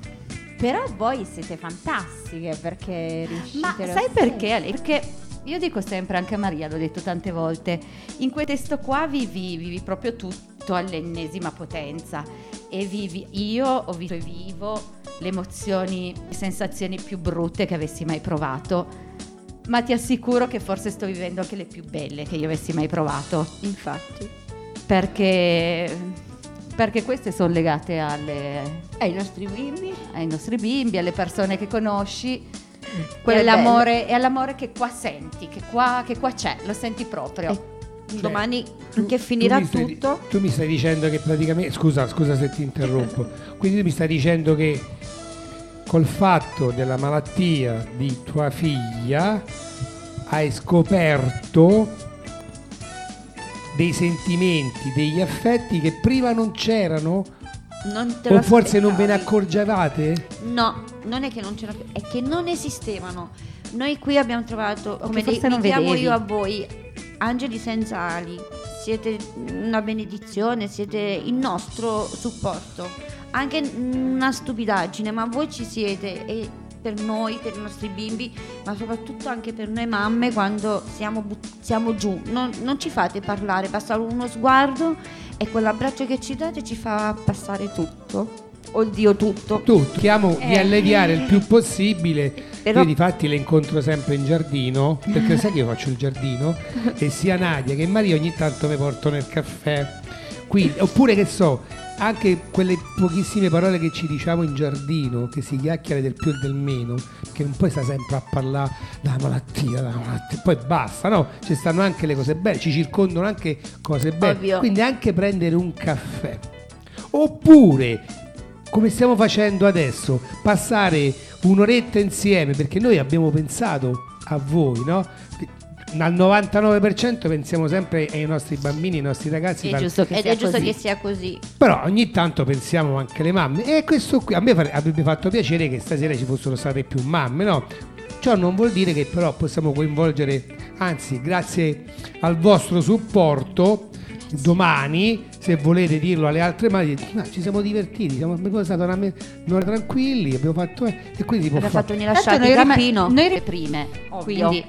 [SPEAKER 3] Però voi siete fantastiche perché riuscite
[SPEAKER 4] Ma
[SPEAKER 3] lo
[SPEAKER 4] sai
[SPEAKER 3] stesso.
[SPEAKER 4] perché Ale? Perché io dico sempre, anche a Maria l'ho detto tante volte, in quel testo qua vivi, vivi proprio tutto all'ennesima potenza e vivi, io ho visto e vivo le emozioni, le sensazioni più brutte che avessi mai provato, ma ti assicuro che forse sto vivendo anche le più belle che io avessi mai provato,
[SPEAKER 6] Infatti,
[SPEAKER 4] perché, perché queste sono legate alle-
[SPEAKER 6] ai nostri bimbi
[SPEAKER 4] ai nostri bimbi, alle persone che conosci.
[SPEAKER 6] Quello
[SPEAKER 4] E
[SPEAKER 6] è
[SPEAKER 4] all'amore, e all'amore che qua senti, che qua, che qua c'è, lo senti proprio.
[SPEAKER 6] Eh,
[SPEAKER 2] Cioè,
[SPEAKER 6] domani
[SPEAKER 2] Tu-
[SPEAKER 6] che
[SPEAKER 2] tu
[SPEAKER 6] finirà
[SPEAKER 2] mi stai di-
[SPEAKER 6] tutto.
[SPEAKER 2] tu mi stai dicendo che praticamente. Scusa, scusa se ti interrompo. Quindi tu mi stai dicendo che col fatto della malattia di tua figlia hai scoperto dei sentimenti, degli affetti che prima non c'erano
[SPEAKER 6] Non te
[SPEAKER 2] o
[SPEAKER 6] lo
[SPEAKER 2] forse non ve ne
[SPEAKER 6] aspettavi.
[SPEAKER 2] accorgevate?
[SPEAKER 6] No, non è che non c'era, è che non esistevano. Noi qui abbiamo trovato, come
[SPEAKER 4] forse
[SPEAKER 6] li,
[SPEAKER 4] non
[SPEAKER 6] li chiamo
[SPEAKER 4] vedevi.
[SPEAKER 6] io a voi, angeli senza ali. Siete una benedizione, siete il nostro supporto. Anche una stupidaggine, ma voi ci siete e per noi, per i nostri bimbi, ma soprattutto anche per noi mamme quando siamo, but- siamo giù. Non, non ci fate parlare, basta uno sguardo e quell'abbraccio che ci date ci fa passare tutto. Oddio tutto.
[SPEAKER 2] Tu chiamo di alleviare il più possibile.
[SPEAKER 6] Però-
[SPEAKER 2] Io di fatti le incontro sempre in giardino, perché sai che io faccio il giardino e sia Nadia che Maria ogni tanto mi portano il caffè. Qui, oppure che so, anche quelle pochissime parole che ci diciamo in giardino, che si chiacchiera del più e del meno, che non puoi sta sempre a parlare della malattia, della malattia, poi basta, no? Ci stanno anche le cose belle, ci circondano anche cose belle.
[SPEAKER 6] Ovvio.
[SPEAKER 2] Quindi anche prendere un caffè. Oppure come stiamo facendo adesso, passare un'oretta insieme, perché noi abbiamo pensato a voi, no? al 99% pensiamo sempre ai nostri bambini, ai nostri ragazzi.
[SPEAKER 4] È
[SPEAKER 2] par-
[SPEAKER 4] giusto che
[SPEAKER 6] Ed
[SPEAKER 4] sia
[SPEAKER 6] è giusto
[SPEAKER 4] così.
[SPEAKER 6] che sia così.
[SPEAKER 2] Però ogni tanto pensiamo anche alle mamme. E questo qui a me fare- avrebbe fatto piacere che stasera ci fossero state più mamme, no? Ciò non vuol dire che però possiamo coinvolgere, anzi, grazie al vostro supporto, domani, se volete dirlo alle altre madri, dite, "Ma ci siamo divertiti, siamo abbiamo stato una, me- un'ora tranquilli, abbiamo fatto... eh", e quindi si può
[SPEAKER 6] Abbiamo
[SPEAKER 2] fare.
[SPEAKER 6] fatto ogni
[SPEAKER 4] Tanto
[SPEAKER 6] lasciata
[SPEAKER 4] noi
[SPEAKER 6] il
[SPEAKER 4] rima-
[SPEAKER 6] grappino.
[SPEAKER 4] noi le prime,
[SPEAKER 6] Ovvio.
[SPEAKER 4] quindi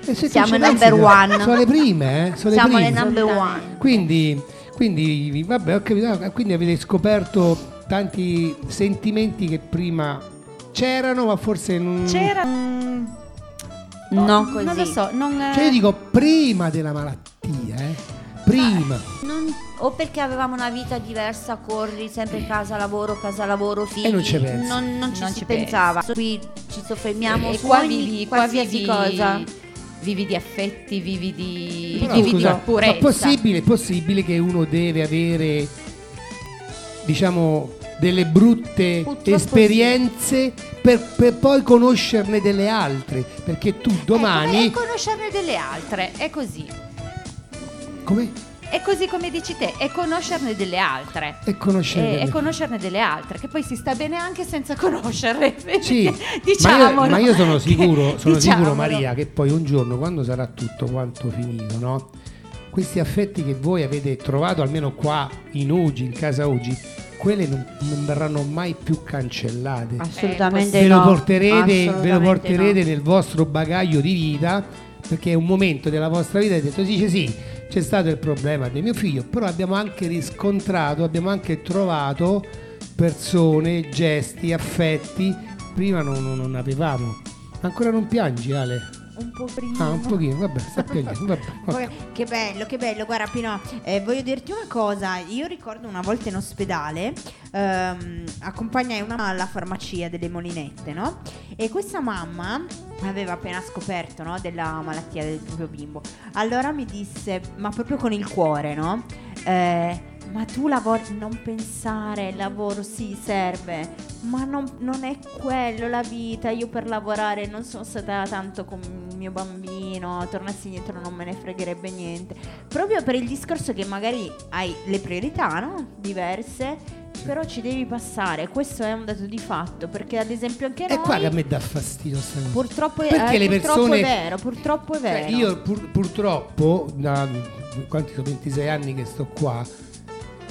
[SPEAKER 2] E se tu
[SPEAKER 6] Siamo
[SPEAKER 2] ci
[SPEAKER 6] i
[SPEAKER 2] pensi,
[SPEAKER 6] number one.
[SPEAKER 2] Sono le prime, eh? Sono
[SPEAKER 6] Siamo
[SPEAKER 2] le
[SPEAKER 6] le
[SPEAKER 2] prime.
[SPEAKER 6] number one.
[SPEAKER 2] Quindi, quindi, vabbè, ho capito. Ah, Quindi avete scoperto tanti sentimenti che prima c'erano, ma forse non.
[SPEAKER 4] c'era
[SPEAKER 6] No, così.
[SPEAKER 4] non lo so, non
[SPEAKER 6] eh,
[SPEAKER 2] Cioè, io dico prima della malattia, eh? Prima.
[SPEAKER 6] Non- o perché avevamo una vita diversa, corri sempre casa, lavoro, casa, lavoro, figli.
[SPEAKER 2] non ci pensi.
[SPEAKER 6] Non, non ci
[SPEAKER 4] Non
[SPEAKER 6] si
[SPEAKER 4] ci
[SPEAKER 6] pensava. Qui ci soffermiamo
[SPEAKER 4] e
[SPEAKER 6] su
[SPEAKER 4] qua
[SPEAKER 6] ogni-
[SPEAKER 4] vivi, qua
[SPEAKER 6] qualsiasi
[SPEAKER 4] vivi Eh,
[SPEAKER 6] cosa.
[SPEAKER 4] Vivi di affetti, vivi di
[SPEAKER 2] Però,
[SPEAKER 4] vivi
[SPEAKER 2] scusa,
[SPEAKER 4] di purezza.
[SPEAKER 2] ma è possibile, è possibile che uno deve avere, diciamo, delle brutte
[SPEAKER 6] Purtroppo
[SPEAKER 2] esperienze per, per poi conoscerne delle altre? Perché
[SPEAKER 4] Eh,
[SPEAKER 2] tu domani.
[SPEAKER 4] E Ecco, conoscerne delle altre, è così.
[SPEAKER 2] Come?
[SPEAKER 4] È così come dici te, è conoscerne delle altre.
[SPEAKER 2] E conoscere.
[SPEAKER 4] E,
[SPEAKER 2] delle-
[SPEAKER 4] e conoscerne delle altre, che poi si sta bene anche senza conoscerle.
[SPEAKER 2] Sì, ma io- ma
[SPEAKER 4] diciamolo.
[SPEAKER 2] io, sono sicuro, sono sicuro
[SPEAKER 4] Diciamolo.
[SPEAKER 2] Maria, che poi un giorno, quando sarà tutto quanto finito, no? Questi affetti che voi avete trovato, almeno qua in oggi, in casa oggi, quelle non, non verranno mai più cancellate.
[SPEAKER 6] Assolutamente
[SPEAKER 2] Ve lo
[SPEAKER 6] no.
[SPEAKER 2] porterete, ve lo
[SPEAKER 6] Assolutamente
[SPEAKER 2] porterete
[SPEAKER 6] no.
[SPEAKER 2] nel vostro bagaglio di vita, perché è un momento della vostra vita, e detto sì, sì, sì, c'è stato il problema di mio figlio, però abbiamo anche riscontrato, abbiamo anche trovato persone, gesti, affetti, prima non, non- non avevamo. Ancora non piangi Ale?
[SPEAKER 3] Un po' prima.
[SPEAKER 2] Ah, un pochino, vabbè, sta piangendo, vabbè. ok.
[SPEAKER 3] Vabbè, Che bello, che bello. Guarda, Pino, eh, voglio dirti una cosa. Io ricordo una volta in ospedale, ehm, accompagnai una mamma alla farmacia delle molinette, no? E questa mamma aveva appena scoperto, no, della malattia del proprio bimbo. Allora mi disse, ma proprio con il cuore, no? Eh, ma tu lavori, non pensare, il lavoro sì serve, ma non, non è quello la vita, io per lavorare non sono stata tanto con il mio bambino, tornassi indietro non me ne fregherebbe niente, proprio per il discorso che magari hai le priorità no? diverse, però ci devi passare, questo è un dato di fatto, perché ad esempio anche
[SPEAKER 2] È
[SPEAKER 3] noi...
[SPEAKER 2] qua che a me dà fastidio sta cosa.
[SPEAKER 3] Purtroppo, è-
[SPEAKER 2] Perché
[SPEAKER 3] eh,
[SPEAKER 2] le
[SPEAKER 3] purtroppo
[SPEAKER 2] persone-
[SPEAKER 3] è vero, purtroppo è
[SPEAKER 2] Cioè,
[SPEAKER 3] vero.
[SPEAKER 2] io pur- purtroppo, da quanti sono 26 anni che sto qua,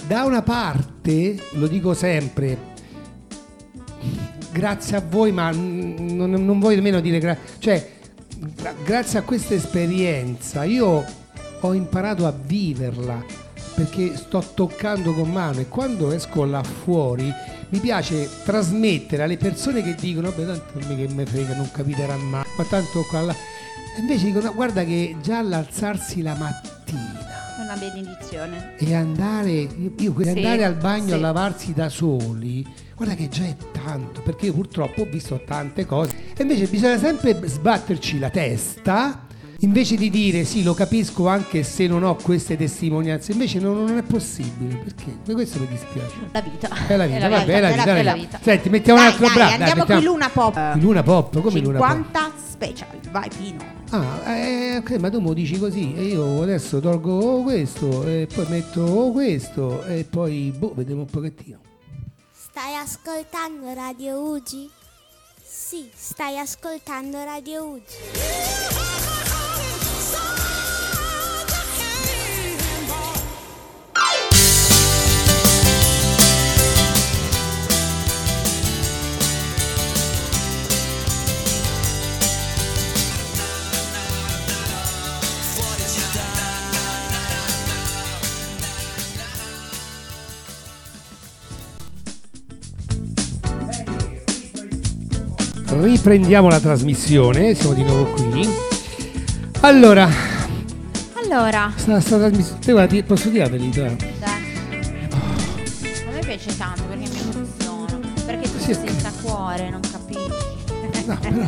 [SPEAKER 2] da una parte, lo dico sempre, grazie a voi, ma mm, non, non voglio nemmeno dire grazie, cioè gra- grazie a questa esperienza io ho imparato a viverla perché sto toccando con mano e quando esco là fuori mi piace trasmettere alle persone che dicono beh tanto a me che me frega non capiterà mai ma tanto qua là E invece dicono guarda che già l'alzarsi la mattina
[SPEAKER 6] Una benedizione.
[SPEAKER 2] e andare, io- io- andare al bagno a
[SPEAKER 4] sì.
[SPEAKER 2] lavarsi da soli, guarda che già è tanto, perché io purtroppo ho visto tante cose. E invece bisogna sempre sbatterci la testa. Invece di dire sì, lo capisco anche se non ho queste testimonianze, invece non, non è possibile, perché questo mi dispiace.
[SPEAKER 4] La vita.
[SPEAKER 2] È la vita,
[SPEAKER 4] È la
[SPEAKER 2] vabbè,
[SPEAKER 4] vita,
[SPEAKER 2] è la vita, è la vita. Senti, mettiamo
[SPEAKER 3] Dai,
[SPEAKER 2] un altro
[SPEAKER 3] dai,
[SPEAKER 2] brano.
[SPEAKER 3] andiamo
[SPEAKER 2] mettiamo-
[SPEAKER 3] qui Luna Pop.
[SPEAKER 2] In Eh, Luna Pop, come Luna Pop?
[SPEAKER 3] 50 special, vai Pino.
[SPEAKER 2] Ah, eh, ok, ma tu mi dici così e io adesso tolgo questo e poi metto questo e poi boh, vediamo un pochettino.
[SPEAKER 7] Stai ascoltando Radio Ugi? Sì, stai ascoltando Radio Ugi.
[SPEAKER 2] Riprendiamo la trasmissione, siamo di nuovo qui. Allora,
[SPEAKER 3] Allora,
[SPEAKER 2] sta, sta trasmissione, te guarda, ti- posso dire la verità?
[SPEAKER 3] A me piace tanto perché mi emoziona. Perché tu
[SPEAKER 2] Sì,
[SPEAKER 3] sei
[SPEAKER 2] ok.
[SPEAKER 3] senza cuore, non capisci.
[SPEAKER 2] No, però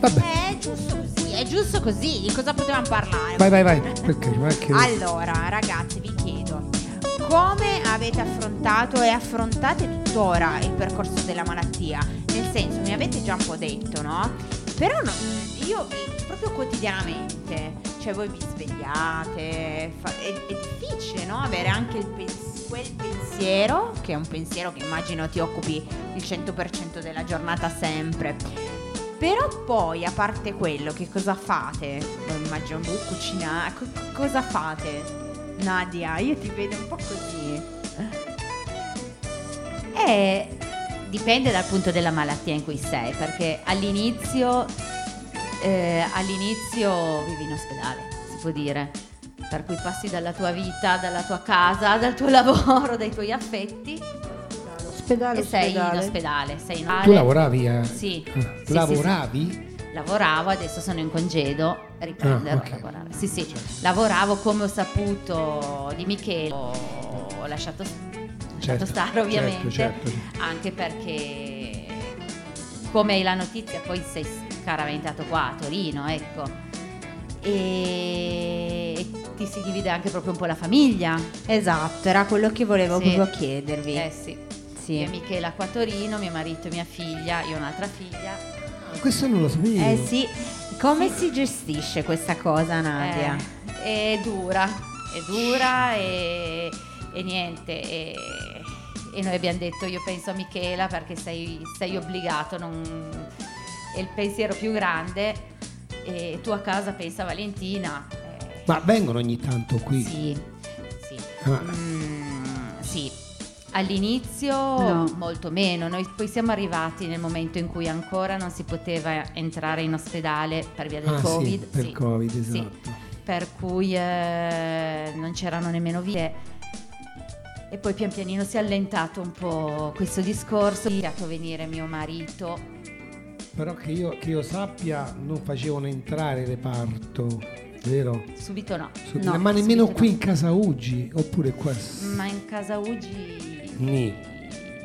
[SPEAKER 2] vabbè,
[SPEAKER 3] Eh, È giusto così, è giusto così. Di cosa potevamo parlare?
[SPEAKER 2] vai vai vai, perché ma che...
[SPEAKER 3] Allora, ragazzi, vi chiedo. Come avete affrontato e affrontate tuttora il percorso della malattia? Nel senso, mi avete già un po' detto, no? Però no- io eh, proprio quotidianamente, cioè cioè voi vi svegliate, fa- è, è difficile no? avere anche il pens- quel pensiero, che è un pensiero che immagino ti occupi il 100% della giornata sempre. Però poi, a parte quello, che cosa fate? Lo Immagino voi cucinare, co- co- cosa fate? Nadia, io ti vedo un po' così.
[SPEAKER 4] Eh, dipende dal punto della malattia in cui sei, perché all'inizio, eh, all'inizio vivi in ospedale, si può dire, per cui passi dalla tua vita, dalla tua casa, dal tuo lavoro, dai tuoi affetti
[SPEAKER 6] Ospedale,
[SPEAKER 4] e sei in
[SPEAKER 6] ospedale.
[SPEAKER 4] ospedale. Sei in
[SPEAKER 2] Tu
[SPEAKER 4] ospedale.
[SPEAKER 2] lavoravi? a-
[SPEAKER 4] Sì.
[SPEAKER 2] Ah,
[SPEAKER 4] Sì, Certo, sì,
[SPEAKER 2] lavoravi?
[SPEAKER 4] lavoravo, adesso sono in congedo, riprenderò
[SPEAKER 2] Ah, ok. Certo.
[SPEAKER 4] a lavorare. Sì, sì, lavoravo come ho saputo di Michele, ho ho lasciato, ho lasciato
[SPEAKER 2] Certo,
[SPEAKER 4] stare ovviamente,
[SPEAKER 2] certo,
[SPEAKER 4] anche perché come hai la notizia poi sei scaraventato qua a Torino, ecco. E ti si divide anche proprio un po' la famiglia.
[SPEAKER 3] Esatto, era quello che volevo
[SPEAKER 4] Sì.
[SPEAKER 3] proprio chiedervi.
[SPEAKER 4] Eh sì.
[SPEAKER 3] Sì.
[SPEAKER 4] Io e Michela qua a Torino, mio marito e mia figlia, io ho un'altra figlia.
[SPEAKER 2] Questo non lo sapevo.
[SPEAKER 3] Eh sì, come si gestisce questa cosa Nadia?
[SPEAKER 4] Eh, è dura, è dura e, e niente. E, e noi abbiamo detto, io penso a Michela perché sei, sei obbligato, non- è il pensiero più grande. E tu a casa pensa a Valentina. eh,
[SPEAKER 2] Ma vengono ogni tanto qui.
[SPEAKER 4] Sì, sì.
[SPEAKER 2] Ah.
[SPEAKER 4] Mm, sì. All'inizio
[SPEAKER 3] No.
[SPEAKER 4] molto meno, noi poi siamo arrivati nel momento in cui ancora non si poteva entrare in ospedale per via del
[SPEAKER 2] Ah, sì,
[SPEAKER 4] Covid.
[SPEAKER 2] per
[SPEAKER 4] sì.
[SPEAKER 2] Covid,
[SPEAKER 4] Sì
[SPEAKER 2] esatto.
[SPEAKER 4] per cui eh, non c'erano nemmeno vie. E poi pian pianino si è allentato un po' questo discorso. Mi ha fatto venire mio marito.
[SPEAKER 2] Però che io, che io sappia non facevano entrare reparto, vero?
[SPEAKER 4] Subito no.
[SPEAKER 2] Su-
[SPEAKER 4] No,
[SPEAKER 2] ma nemmeno
[SPEAKER 4] subito
[SPEAKER 2] qui
[SPEAKER 4] no.
[SPEAKER 2] in casa Uggi, oppure qua. s-
[SPEAKER 4] Ma in casa Ugi.
[SPEAKER 2] Nì.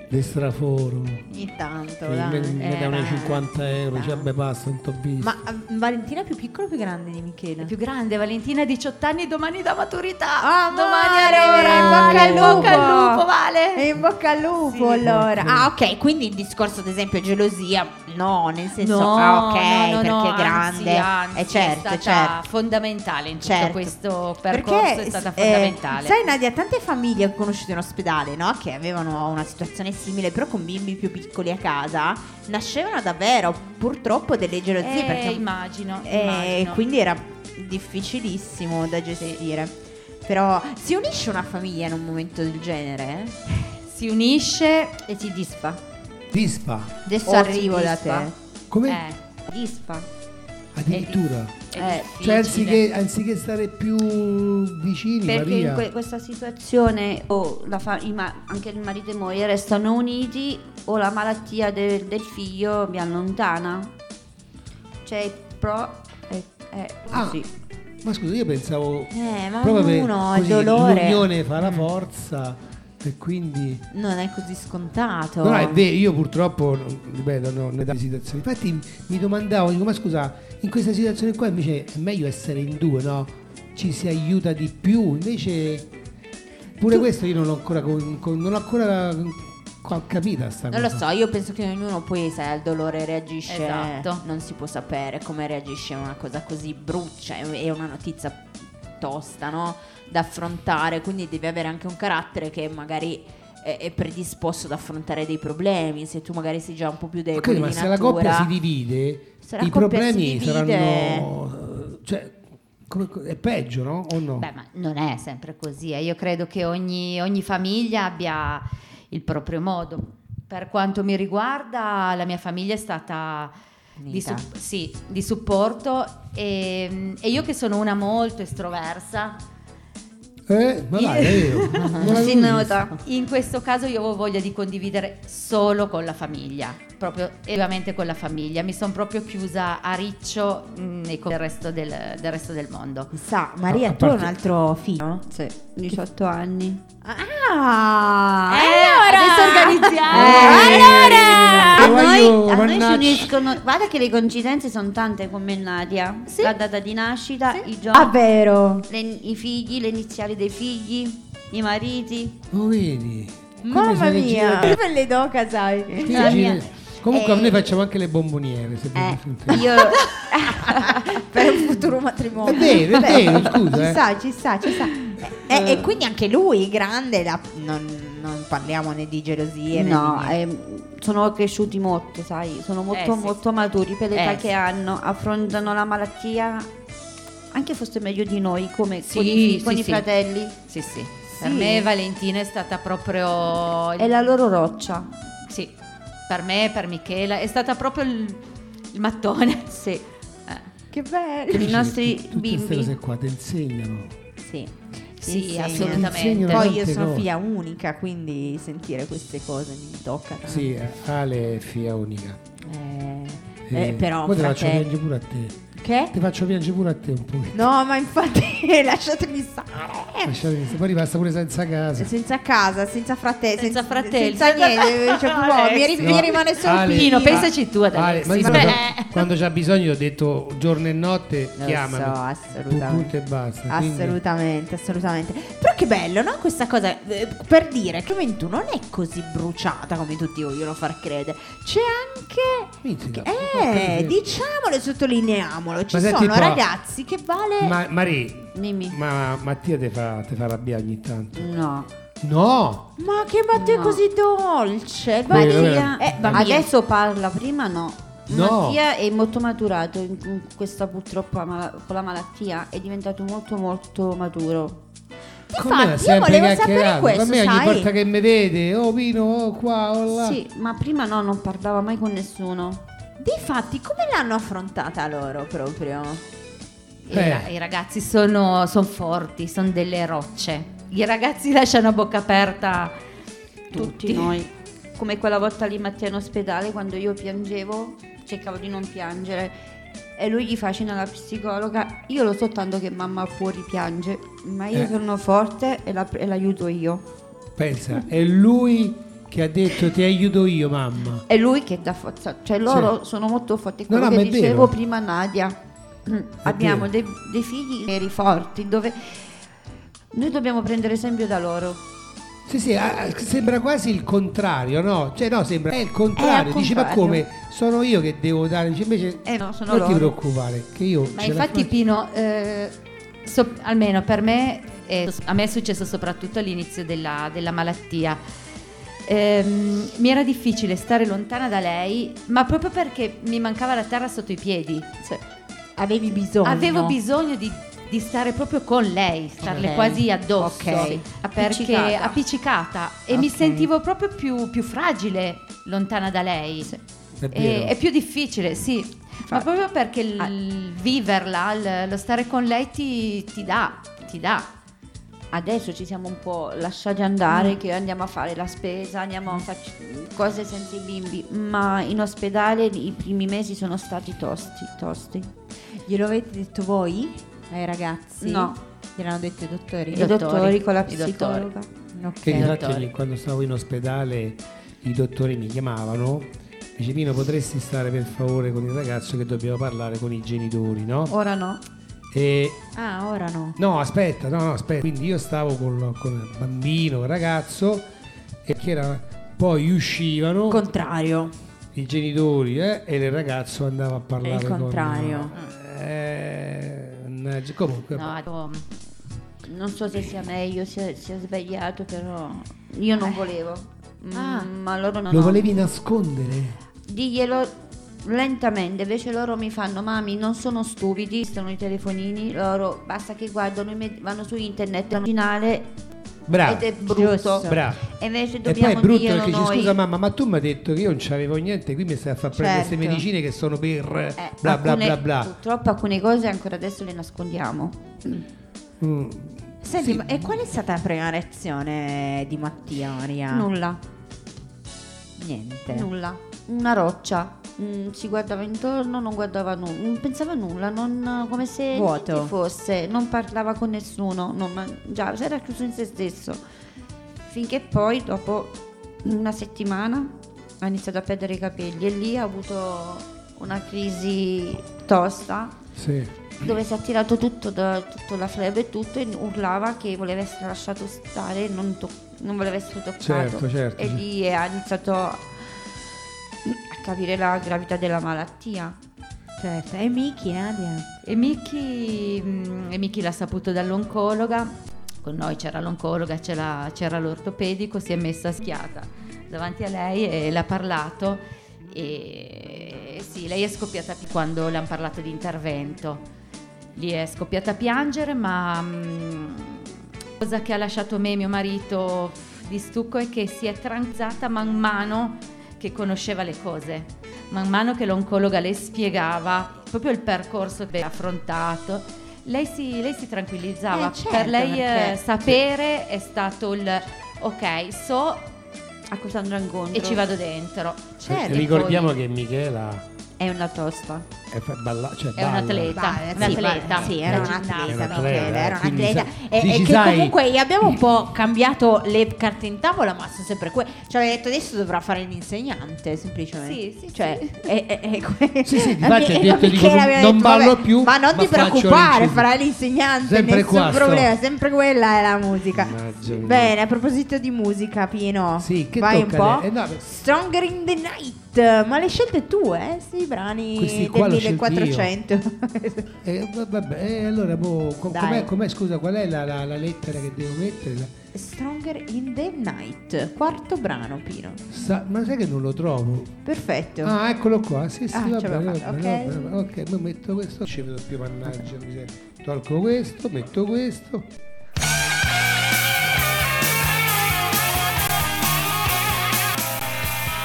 [SPEAKER 2] L'estraforo.
[SPEAKER 3] Ogni tanto,
[SPEAKER 2] Eh, me-
[SPEAKER 3] dai.
[SPEAKER 2] me danno
[SPEAKER 4] era-
[SPEAKER 2] 50 euro, cioè beh basta, non t'ho visto.
[SPEAKER 3] Ma eh, Valentina è più piccola o più grande di Michela?
[SPEAKER 4] La più grande, Valentina, ha 18 anni, domani da maturità.
[SPEAKER 3] Ah,
[SPEAKER 4] domani
[SPEAKER 3] Vale,
[SPEAKER 4] allora.
[SPEAKER 3] in bocca al
[SPEAKER 4] Bocca
[SPEAKER 3] lupo.
[SPEAKER 4] al lupo, vale.
[SPEAKER 3] E in bocca al lupo
[SPEAKER 2] Sì.
[SPEAKER 3] allora.
[SPEAKER 2] Ok.
[SPEAKER 3] Ah, ok, quindi il discorso ad esempio gelosia no, nel senso
[SPEAKER 4] No,
[SPEAKER 3] ah, ok,
[SPEAKER 4] no, no,
[SPEAKER 3] perché
[SPEAKER 4] no,
[SPEAKER 3] è grande.
[SPEAKER 4] Anzi, anzi,
[SPEAKER 3] Eh, certo,
[SPEAKER 4] è stata
[SPEAKER 3] certo.
[SPEAKER 4] fondamentale in tutto
[SPEAKER 3] Certo.
[SPEAKER 4] questo percorso, è stata
[SPEAKER 3] eh,
[SPEAKER 4] fondamentale.
[SPEAKER 3] sai Nadia, tante famiglie ho conosciuto in ospedale, no? Che avevano una situazione simile, però con bimbi più piccoli a casa, nascevano davvero purtroppo delle gelosie
[SPEAKER 4] Eh,
[SPEAKER 3] perché
[SPEAKER 4] immagino,
[SPEAKER 3] e Eh,
[SPEAKER 4] immagino.
[SPEAKER 3] quindi era difficilissimo da gestire. Però si unisce una famiglia in un momento del genere?
[SPEAKER 4] si unisce
[SPEAKER 6] E ti disfa.
[SPEAKER 2] Dispa,
[SPEAKER 3] Adesso
[SPEAKER 6] Oh,
[SPEAKER 3] arrivo
[SPEAKER 6] si
[SPEAKER 3] da
[SPEAKER 6] disfa.
[SPEAKER 3] te.
[SPEAKER 2] come?
[SPEAKER 4] eh,
[SPEAKER 6] Disfa.
[SPEAKER 2] Addirittura.
[SPEAKER 4] è
[SPEAKER 2] Cioè,
[SPEAKER 4] difficile.
[SPEAKER 2] anziché, anziché stare più vicini,
[SPEAKER 6] Perché
[SPEAKER 2] Maria.
[SPEAKER 6] in que- questa situazione o la fa- i ma- anche il marito e moglie restano uniti o la malattia de- del figlio vi allontana. Cioè, pro... È, è
[SPEAKER 2] Ah,
[SPEAKER 6] così.
[SPEAKER 2] Ma scusa, io pensavo
[SPEAKER 3] Eh, ma
[SPEAKER 2] proprio per-
[SPEAKER 3] ognuno, il
[SPEAKER 2] così,
[SPEAKER 3] dolore.
[SPEAKER 2] l'unione fa la
[SPEAKER 4] Mm.
[SPEAKER 2] forza e quindi
[SPEAKER 3] Non è così scontato.
[SPEAKER 2] No, no, è vero, io purtroppo, ripeto, no, ne date situazioni. Infatti mi domandavo, dico, ma scusa, in questa situazione qua invece è meglio essere in due, no? Ci si aiuta di più, invece pure questo io non l'ho ancora, con- con- non l'ho ancora co- capita sta
[SPEAKER 3] Non lo
[SPEAKER 2] cosa.
[SPEAKER 3] so, io penso che ognuno poi sai, al dolore reagisce,
[SPEAKER 4] Esatto.
[SPEAKER 3] non si può sapere come reagisce a una cosa così brucia, è è una notizia tosta, no? Da affrontare, quindi devi avere anche un carattere che magari è, è predisposto ad affrontare dei problemi, se tu magari sei già un po' più debole
[SPEAKER 2] Ok, ma
[SPEAKER 3] di
[SPEAKER 2] se la
[SPEAKER 3] natura,
[SPEAKER 2] coppia si divide,
[SPEAKER 3] se la
[SPEAKER 2] i
[SPEAKER 3] coppia
[SPEAKER 2] problemi
[SPEAKER 3] si divide-
[SPEAKER 2] saranno... Cioè, come- è peggio, no? O no?
[SPEAKER 4] Beh, ma non è sempre così. eh. Io credo che ogni, ogni famiglia abbia il proprio modo. Per quanto mi riguarda, la mia famiglia è stata di,
[SPEAKER 3] Unita.
[SPEAKER 4] sup- sì, di supporto ehm, e, e io che sono una molto estroversa,
[SPEAKER 2] eh, ma dai, è vero.
[SPEAKER 3] Ah.
[SPEAKER 2] Non
[SPEAKER 6] si
[SPEAKER 2] l'avevo
[SPEAKER 6] nota.
[SPEAKER 4] in questo caso io avevo voglia di condividere solo con la famiglia, proprio ovviamente con la famiglia. Mi sono proprio chiusa a riccio mh, nei con il resto del, del resto del mondo.
[SPEAKER 3] Sa, Maria,
[SPEAKER 2] A- a
[SPEAKER 3] tu hai un
[SPEAKER 2] parte-
[SPEAKER 3] altro figlio?
[SPEAKER 6] Sì, 18 anni.
[SPEAKER 3] Ah,
[SPEAKER 4] Eh,
[SPEAKER 3] allora!
[SPEAKER 4] adesso organizziamo.
[SPEAKER 3] Eh, allora!
[SPEAKER 6] A
[SPEAKER 2] Eh, voglio-
[SPEAKER 6] noi, a noi
[SPEAKER 2] mannaggia.
[SPEAKER 6] ci uniscono. Guarda che le coincidenze sono tante come Nadia.
[SPEAKER 4] Sì.
[SPEAKER 6] La data di nascita, i
[SPEAKER 3] Ah,
[SPEAKER 6] giorni,
[SPEAKER 3] vero?
[SPEAKER 6] le- i figli, le iniziali dei figli, i mariti.
[SPEAKER 2] Lo vedi? Come
[SPEAKER 3] Mamma
[SPEAKER 2] sei
[SPEAKER 3] mia,
[SPEAKER 2] leggera.
[SPEAKER 3] che belle doca, sai?
[SPEAKER 2] Che
[SPEAKER 6] La mia-
[SPEAKER 2] gine- Comunque
[SPEAKER 3] Eh,
[SPEAKER 2] noi facciamo anche le bomboniere. Se
[SPEAKER 6] Eh,
[SPEAKER 2] volete.
[SPEAKER 6] io
[SPEAKER 3] per un futuro matrimonio.
[SPEAKER 2] È vero, è
[SPEAKER 3] Beh,
[SPEAKER 2] vero, scusa,
[SPEAKER 3] Ci
[SPEAKER 2] eh.
[SPEAKER 3] sta, ci sta, ci sta. E, e quindi anche lui, grande, la- non, non parliamo né di gelosie né
[SPEAKER 6] no,
[SPEAKER 2] eh.
[SPEAKER 3] di niente.
[SPEAKER 6] ehm, sono cresciuti molto, sai, sono molto
[SPEAKER 4] Eh, sì,
[SPEAKER 6] molto maturi per l'età
[SPEAKER 4] Eh,
[SPEAKER 6] che
[SPEAKER 4] sì.
[SPEAKER 6] hanno, affrontano la malattia anche fosse meglio di noi come
[SPEAKER 4] Sì,
[SPEAKER 6] con i,
[SPEAKER 4] sì,
[SPEAKER 6] con i
[SPEAKER 4] sì.
[SPEAKER 6] fratelli.
[SPEAKER 4] Sì, sì. Per
[SPEAKER 6] Sì.
[SPEAKER 4] me Valentina è stata proprio... il-
[SPEAKER 6] È la loro roccia.
[SPEAKER 4] Sì, per me, per Michela, è stata proprio il, il mattone. Eh.
[SPEAKER 6] Sì.
[SPEAKER 3] Che bello.
[SPEAKER 6] I
[SPEAKER 2] Capisci
[SPEAKER 6] nostri
[SPEAKER 2] che tu- tutte queste
[SPEAKER 6] bimbi.
[SPEAKER 2] cose qua ti insegnano.
[SPEAKER 6] Sì.
[SPEAKER 4] Sì,
[SPEAKER 3] Sì,
[SPEAKER 4] assolutamente.
[SPEAKER 2] insegnano
[SPEAKER 3] Eh, Poi io
[SPEAKER 2] tante
[SPEAKER 3] sono
[SPEAKER 2] cose.
[SPEAKER 3] figlia unica, quindi sentire queste cose mi tocca tanto.
[SPEAKER 2] Sì, eh, Ale è figlia unica.
[SPEAKER 3] Eh,
[SPEAKER 2] Eh,
[SPEAKER 3] eh, però,
[SPEAKER 2] Poi te faccio
[SPEAKER 3] fratello-
[SPEAKER 2] piangere pure a te.
[SPEAKER 3] Che?
[SPEAKER 2] Ti faccio piangere pure a te un po'.
[SPEAKER 3] No, ma infatti lasciatemi stare.
[SPEAKER 2] Lasciate- Poi rimasta pure senza casa.
[SPEAKER 3] Senza casa, senza fratelli,
[SPEAKER 4] Senza
[SPEAKER 3] senza,
[SPEAKER 4] fratelli,
[SPEAKER 3] senza
[SPEAKER 4] senza-
[SPEAKER 3] niente, cioè, proprio, mi, ri-
[SPEAKER 4] Alexia.
[SPEAKER 3] mi rimane solo
[SPEAKER 2] Ecco. Ale-
[SPEAKER 4] Pino,
[SPEAKER 2] Ah,
[SPEAKER 4] pensaci tu ad
[SPEAKER 2] Ale, ma io
[SPEAKER 4] Alexis.
[SPEAKER 2] quando,
[SPEAKER 4] Beh.
[SPEAKER 2] quando c'ha bisogno ho detto giorno e notte
[SPEAKER 3] Lo
[SPEAKER 2] chiamami.
[SPEAKER 3] so,
[SPEAKER 2] Pu- punto
[SPEAKER 3] assolutamente.
[SPEAKER 2] e basta. quindi-
[SPEAKER 3] Assolutamente, assolutamente. Però che bello, no? Questa cosa eh, per dire che 21 non è così bruciata come tutti vogliono far credere. C'è anche
[SPEAKER 2] Mizzica.
[SPEAKER 3] eh, diciamolo e sottolineiamolo, ci
[SPEAKER 2] Ma senti
[SPEAKER 3] sono
[SPEAKER 2] qua.
[SPEAKER 3] ragazzi che vale
[SPEAKER 2] Ma Marie,
[SPEAKER 6] Dimmi.
[SPEAKER 2] ma Mattia ti fa, te fa arrabbiare ogni tanto.
[SPEAKER 6] No.
[SPEAKER 2] No!
[SPEAKER 3] Ma che Matteo è
[SPEAKER 6] No.
[SPEAKER 3] così dolce,
[SPEAKER 2] Vero,
[SPEAKER 3] Maria.
[SPEAKER 2] vero.
[SPEAKER 3] Eh, ma
[SPEAKER 6] Adesso parla, prima no.
[SPEAKER 2] No.
[SPEAKER 6] Mattia è molto maturato in- con questa purtroppo ama- con la malattia, è diventato molto molto maturo.
[SPEAKER 3] Infatti, io volevo sapere questo,
[SPEAKER 2] Con me ogni
[SPEAKER 3] sai?
[SPEAKER 2] volta che mi vede, oh Pino, oh qua, oh là.
[SPEAKER 6] Sì, ma prima no, non parlava mai con nessuno.
[SPEAKER 3] difatti, come l'hanno affrontata loro proprio?
[SPEAKER 4] I
[SPEAKER 2] Beh.
[SPEAKER 4] ra- I ragazzi sono, son forti, sono delle rocce. I ragazzi lasciano a bocca aperta
[SPEAKER 6] Tutti, noi. Come quella volta lì Mattia in ospedale quando io piangevo, cercavo di non piangere. E lui gli faceva la psicologa, io lo so tanto che mamma fuori piange, ma io
[SPEAKER 2] Eh.
[SPEAKER 6] sono forte e, la- e l'aiuto io.
[SPEAKER 2] Pensa, è lui che ha detto ti aiuto io, mamma.
[SPEAKER 6] È lui che dà forza, cioè loro sono molto forti. Quello
[SPEAKER 2] no, ma
[SPEAKER 6] che
[SPEAKER 2] è vero.
[SPEAKER 6] dicevo prima Nadia, abbiamo
[SPEAKER 2] vero.
[SPEAKER 6] dei, dei figli veri forti dove noi dobbiamo prendere esempio da loro.
[SPEAKER 2] Sì, sì, ah, sembra quasi il contrario, no? Cioè, no, sembra è il contrario.
[SPEAKER 6] al
[SPEAKER 2] Dici, ma
[SPEAKER 6] contrario.
[SPEAKER 2] come? Sono io che devo dare. Dice, invece,
[SPEAKER 6] Eh no, sono
[SPEAKER 2] non ti
[SPEAKER 6] loro.
[SPEAKER 2] preoccupare, che io.
[SPEAKER 4] Ma
[SPEAKER 2] ce la
[SPEAKER 4] infatti
[SPEAKER 2] faccio.
[SPEAKER 4] Pino, eh, so- almeno per me, eh, a me è successo soprattutto all'inizio della, della malattia. Ehm, mi era difficile stare lontana da lei, ma proprio perché mi mancava la terra sotto i piedi. Cioè,
[SPEAKER 3] Avevi bisogno.
[SPEAKER 4] Avevo bisogno di, di stare proprio con lei, starle
[SPEAKER 3] Ok.
[SPEAKER 4] quasi addosso,
[SPEAKER 3] Ok.
[SPEAKER 4] Sì. perché
[SPEAKER 6] Appiccicata.
[SPEAKER 4] appiccicata, e mi
[SPEAKER 3] Ok.
[SPEAKER 4] sentivo proprio più, più fragile lontana da lei.
[SPEAKER 2] È
[SPEAKER 4] E-
[SPEAKER 2] vero.
[SPEAKER 4] È, più difficile, sì. Ma proprio perché il
[SPEAKER 3] Ah.
[SPEAKER 4] il viverla, il- lo stare con lei ti, ti dà, ti dà.
[SPEAKER 6] Adesso ci siamo un po' lasciati
[SPEAKER 4] Mm.
[SPEAKER 6] andare, che andiamo a fare la spesa, andiamo a fare cose senza i bimbi, ma in ospedale i primi mesi sono stati tosti, tosti.
[SPEAKER 3] Glielo avete detto voi ai ragazzi?
[SPEAKER 6] No.
[SPEAKER 3] Gliel'hanno detto i dottori.
[SPEAKER 6] I dottori, con la
[SPEAKER 4] i dottori.
[SPEAKER 6] psicologa.
[SPEAKER 3] Ok.
[SPEAKER 2] Che
[SPEAKER 6] Certo.
[SPEAKER 2] infatti
[SPEAKER 4] dottore.
[SPEAKER 2] ogni- quando stavo in ospedale i dottori mi chiamavano, mi dice Pino potresti stare per favore con il ragazzo che dobbiamo parlare con i genitori, no?
[SPEAKER 6] Ora no.
[SPEAKER 2] E
[SPEAKER 3] Ah, ora no.
[SPEAKER 2] no, aspetta, no, no, aspetta. Quindi io stavo con, con il bambino, il ragazzo, e che era- poi uscivano
[SPEAKER 3] Contrario.
[SPEAKER 2] i genitori eh, e il ragazzo andava a parlare.
[SPEAKER 3] È il
[SPEAKER 2] con-
[SPEAKER 3] contrario.
[SPEAKER 2] Eh, mannaggia, comunque...
[SPEAKER 4] No, ecco, tipo,
[SPEAKER 6] Non so se sia meglio, sia, sia sbagliato, però io non volevo. Mm,
[SPEAKER 4] Eh. Ah.
[SPEAKER 6] Ma loro non
[SPEAKER 2] Lo
[SPEAKER 6] no.
[SPEAKER 2] volevi nascondere?
[SPEAKER 6] Diglielo lentamente, invece loro mi fanno mami, non sono stupidi, sono i telefonini, loro basta che guardano, i med- vanno su internet, l'originale
[SPEAKER 2] Bravo.
[SPEAKER 6] ed è brutto.
[SPEAKER 3] Giusto.
[SPEAKER 2] Bravo.
[SPEAKER 6] E invece
[SPEAKER 2] E poi
[SPEAKER 6] dobbiamo
[SPEAKER 2] è brutto
[SPEAKER 6] dirlo
[SPEAKER 2] perché dice
[SPEAKER 6] noi.
[SPEAKER 2] scusa mamma ma tu mi hai detto che io non c'avevo niente qui mi stai a far prendere queste
[SPEAKER 3] Certo.
[SPEAKER 2] medicine che sono per
[SPEAKER 6] Eh,
[SPEAKER 2] bla bla
[SPEAKER 6] alcune-
[SPEAKER 2] bla bla
[SPEAKER 6] Purtroppo alcune cose ancora adesso le nascondiamo.
[SPEAKER 2] Mm.
[SPEAKER 3] Senti,
[SPEAKER 2] Sì.
[SPEAKER 3] ma- e qual è stata la prima reazione di Mattia, Maria?
[SPEAKER 6] Nulla,
[SPEAKER 3] Niente.
[SPEAKER 6] nulla. Una roccia. Mm, si guardava intorno, non guardava nulla, non pensava nulla, non- come se
[SPEAKER 3] Vuoto.
[SPEAKER 6] niente fosse, non parlava con nessuno, non mangiava, si era chiuso in se stesso. Finché poi, dopo una settimana, ha iniziato a perdere i capelli e lì ha avuto una crisi tosta
[SPEAKER 2] Sì.
[SPEAKER 6] dove si è tirato tutto, da, tutta la frebbre e tutto e urlava che voleva essere lasciato stare, non, to- non voleva essere toccato.
[SPEAKER 2] Certo, certo,
[SPEAKER 6] e
[SPEAKER 2] sì.
[SPEAKER 6] lì ha iniziato a capire la gravità della malattia.
[SPEAKER 3] Certo, e Miki, Nadia.
[SPEAKER 4] E Miki, mh, e Miki l'ha saputo dall'oncologa, con noi c'era l'oncologa, c'era, c'era l'ortopedico, si è messa schiata davanti a lei e l'ha parlato. E sì, lei è scoppiata pi- quando le hanno parlato di intervento. Lì è scoppiata a piangere, ma mh, cosa che ha lasciato me e mio marito di stucco è che si è tranzata man mano che conosceva le cose man mano che l'oncologa le spiegava proprio il percorso che ha affrontato, lei si, lei si tranquillizzava.
[SPEAKER 3] Eh, certo,
[SPEAKER 4] per lei eh,
[SPEAKER 3] perché-
[SPEAKER 4] sapere è stato il ok, so
[SPEAKER 6] A cosa andrà incontro?
[SPEAKER 4] e ci vado dentro.
[SPEAKER 3] Certo.
[SPEAKER 2] Ricordiamo
[SPEAKER 4] poi-
[SPEAKER 2] che Michela
[SPEAKER 6] È una tosta.
[SPEAKER 2] è, fa- balla- cioè
[SPEAKER 4] È un
[SPEAKER 2] balla.
[SPEAKER 4] atleta.
[SPEAKER 3] Beh,
[SPEAKER 4] un
[SPEAKER 3] sì,
[SPEAKER 4] atleta.
[SPEAKER 3] sì, era un
[SPEAKER 4] Era
[SPEAKER 3] atleta,
[SPEAKER 2] atleta,
[SPEAKER 3] Michele, era un
[SPEAKER 2] quindi
[SPEAKER 3] atleta.
[SPEAKER 2] sai-
[SPEAKER 3] E, e
[SPEAKER 2] dici,
[SPEAKER 3] che
[SPEAKER 2] sai-
[SPEAKER 3] comunque gli abbiamo un po' cambiato le carte in tavola, ma sono sempre quelle. Cioè, ho detto adesso dovrà fare l'insegnante, semplicemente.
[SPEAKER 4] Sì, sì,
[SPEAKER 3] Cioè,
[SPEAKER 4] sì.
[SPEAKER 3] È, è- è que-
[SPEAKER 2] Sì, sì,
[SPEAKER 3] E
[SPEAKER 2] difatti
[SPEAKER 3] mi-
[SPEAKER 2] ho detto,
[SPEAKER 3] e
[SPEAKER 2] dico,
[SPEAKER 3] Michele aveva
[SPEAKER 2] non
[SPEAKER 3] detto,
[SPEAKER 2] ballo
[SPEAKER 3] "Vabbè,
[SPEAKER 2] più,
[SPEAKER 3] Ma non ti
[SPEAKER 2] ma faccio
[SPEAKER 3] preoccupare,
[SPEAKER 2] l'incisivo."
[SPEAKER 3] farai l'insegnante,
[SPEAKER 2] Sempre
[SPEAKER 3] nessun
[SPEAKER 2] questo.
[SPEAKER 3] problema, sempre quella è la musica.
[SPEAKER 2] Mannaggia mia.
[SPEAKER 3] Bene, a proposito di musica, Pino,
[SPEAKER 2] Sì, che
[SPEAKER 3] vai un
[SPEAKER 2] tocca a
[SPEAKER 3] po'.
[SPEAKER 2] lei? Eh, no, beh-
[SPEAKER 3] Stronger in the Night, ma le scelte tue, eh? Sì, brani
[SPEAKER 2] Questi qua
[SPEAKER 3] del
[SPEAKER 2] l'ho scelti
[SPEAKER 3] 1400.
[SPEAKER 2] Eh, va- vabbè, eh, allora boh, co-
[SPEAKER 3] Dai.
[SPEAKER 2] com'è, com'è, scusa, qual è la, la- la lettera che devo mettere? La-
[SPEAKER 3] Stronger in the Night, quarto brano, Pino.
[SPEAKER 2] sa- ma sai che non lo trovo?
[SPEAKER 3] Perfetto.
[SPEAKER 2] Ah, eccolo qua. Sì, sì,
[SPEAKER 3] Ah,
[SPEAKER 2] vabbè,
[SPEAKER 3] ce
[SPEAKER 2] vabbè,
[SPEAKER 3] l'ho
[SPEAKER 2] vabbè,
[SPEAKER 3] fatta,
[SPEAKER 2] vabbè,
[SPEAKER 3] ok.
[SPEAKER 2] vabbè, ok, poi metto questo, non ci vedo più mannaggia, miseria. Tolgo questo, metto questo.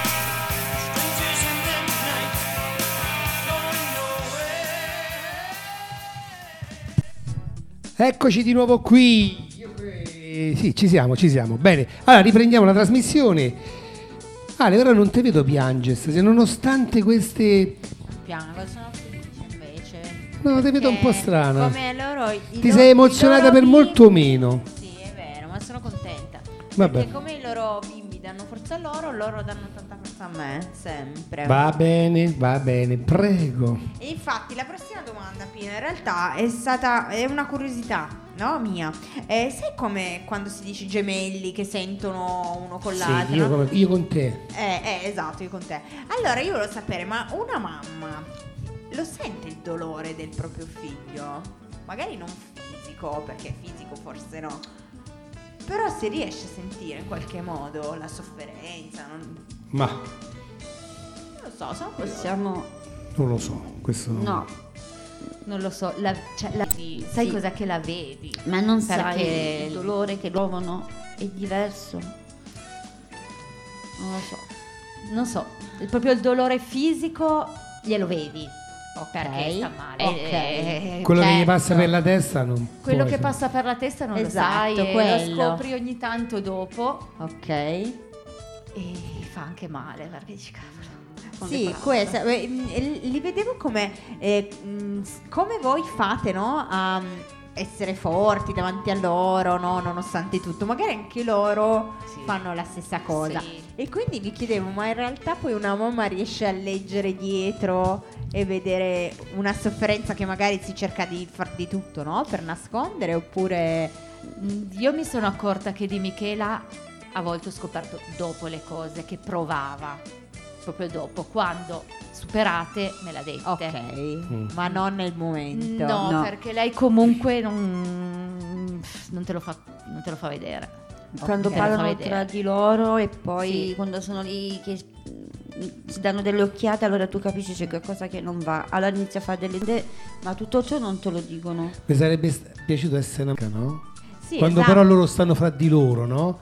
[SPEAKER 1] Strangers in the night, going nowhere.
[SPEAKER 2] Eccoci di nuovo qui. Io cre- Sì, ci siamo, ci siamo. Bene, allora riprendiamo la trasmissione. Ale, ora non te vedo piangere, stasera, nonostante queste...
[SPEAKER 6] Piango, sono felice invece.
[SPEAKER 2] No, te vedo un po' strana.
[SPEAKER 6] Come loro, i
[SPEAKER 2] Ti
[SPEAKER 6] loro-
[SPEAKER 2] sei
[SPEAKER 6] i
[SPEAKER 2] emozionata
[SPEAKER 6] loro
[SPEAKER 2] per
[SPEAKER 6] bimbi-
[SPEAKER 2] molto meno.
[SPEAKER 6] Sì, è vero, ma sono contenta.
[SPEAKER 2] Vabbè.
[SPEAKER 6] Perché come i loro bimbi danno forza a loro, loro danno tanta forza a me, sempre.
[SPEAKER 2] Va bene, va bene, prego.
[SPEAKER 3] E infatti la prossima domanda, Pino, in realtà è stata è una curiosità, no? Mia. Eh, sai come quando si dice gemelli che sentono uno con l'altro?
[SPEAKER 2] Sì, io, come- io con te.
[SPEAKER 3] Eh, eh, esatto, io con te. Allora, io volevo sapere, ma una mamma lo sente il dolore del proprio figlio? Magari non fisico, perché fisico forse no. Però si riesce a sentire in qualche modo la sofferenza, non,
[SPEAKER 2] Ma
[SPEAKER 3] non lo so, sono curiosa.
[SPEAKER 6] Possiamo...
[SPEAKER 2] non lo so, questo...
[SPEAKER 6] No,
[SPEAKER 4] Non lo so, la- cioè, la- sai
[SPEAKER 6] sì.
[SPEAKER 4] cosa che la vedi?
[SPEAKER 6] ma non
[SPEAKER 4] Perché-
[SPEAKER 6] sai il dolore che provano è diverso. Non lo so.
[SPEAKER 4] Non so, il- proprio il dolore fisico glielo vedi. Ok, Oh, perché sta male.
[SPEAKER 6] ok.
[SPEAKER 4] eh,
[SPEAKER 2] Quello che gli
[SPEAKER 4] certo.
[SPEAKER 2] passa per la testa non...
[SPEAKER 4] Quello
[SPEAKER 2] può
[SPEAKER 4] che
[SPEAKER 2] essere.
[SPEAKER 4] passa per la testa non
[SPEAKER 6] Esatto,
[SPEAKER 4] lo sai, e
[SPEAKER 6] quello.
[SPEAKER 4] lo scopri ogni tanto dopo
[SPEAKER 6] Ok.
[SPEAKER 4] e fa anche male perché dici cavolo.
[SPEAKER 3] Sì,
[SPEAKER 4] quando
[SPEAKER 3] questa, beh, mh, li vedevo come, eh, mh, s- come voi fate no? a mh, essere forti davanti a loro, no? nonostante tutto. Magari anche loro
[SPEAKER 4] Sì.
[SPEAKER 3] fanno la stessa cosa.
[SPEAKER 4] Sì.
[SPEAKER 3] E quindi gli chiedevo, ma in realtà poi una mamma riesce a leggere dietro e vedere una sofferenza che magari si cerca di far di tutto no? per nascondere oppure...
[SPEAKER 4] Mm, Io mi sono accorta che di Michela a volte ho scoperto dopo le cose che provava, proprio dopo, quando superate me l'ha dette.
[SPEAKER 3] Ok,
[SPEAKER 2] Mm.
[SPEAKER 3] ma non nel momento.
[SPEAKER 4] No,
[SPEAKER 6] No.
[SPEAKER 4] perché lei comunque non, non te, lo fa, non te lo fa vedere.
[SPEAKER 6] quando
[SPEAKER 4] Ok.
[SPEAKER 6] parlano
[SPEAKER 4] Non te lo fa
[SPEAKER 6] tra
[SPEAKER 4] vedere.
[SPEAKER 6] di loro e poi
[SPEAKER 4] Sì.
[SPEAKER 6] quando sono lì che mm, si danno delle occhiate allora tu capisci c'è qualcosa che non va allora inizi a fare delle idee ma tutto ciò non te lo dicono
[SPEAKER 2] Mi sarebbe st- piaciuto essere una no?
[SPEAKER 3] Sì,
[SPEAKER 2] Quando
[SPEAKER 3] esatto.
[SPEAKER 2] però loro stanno fra di loro, no?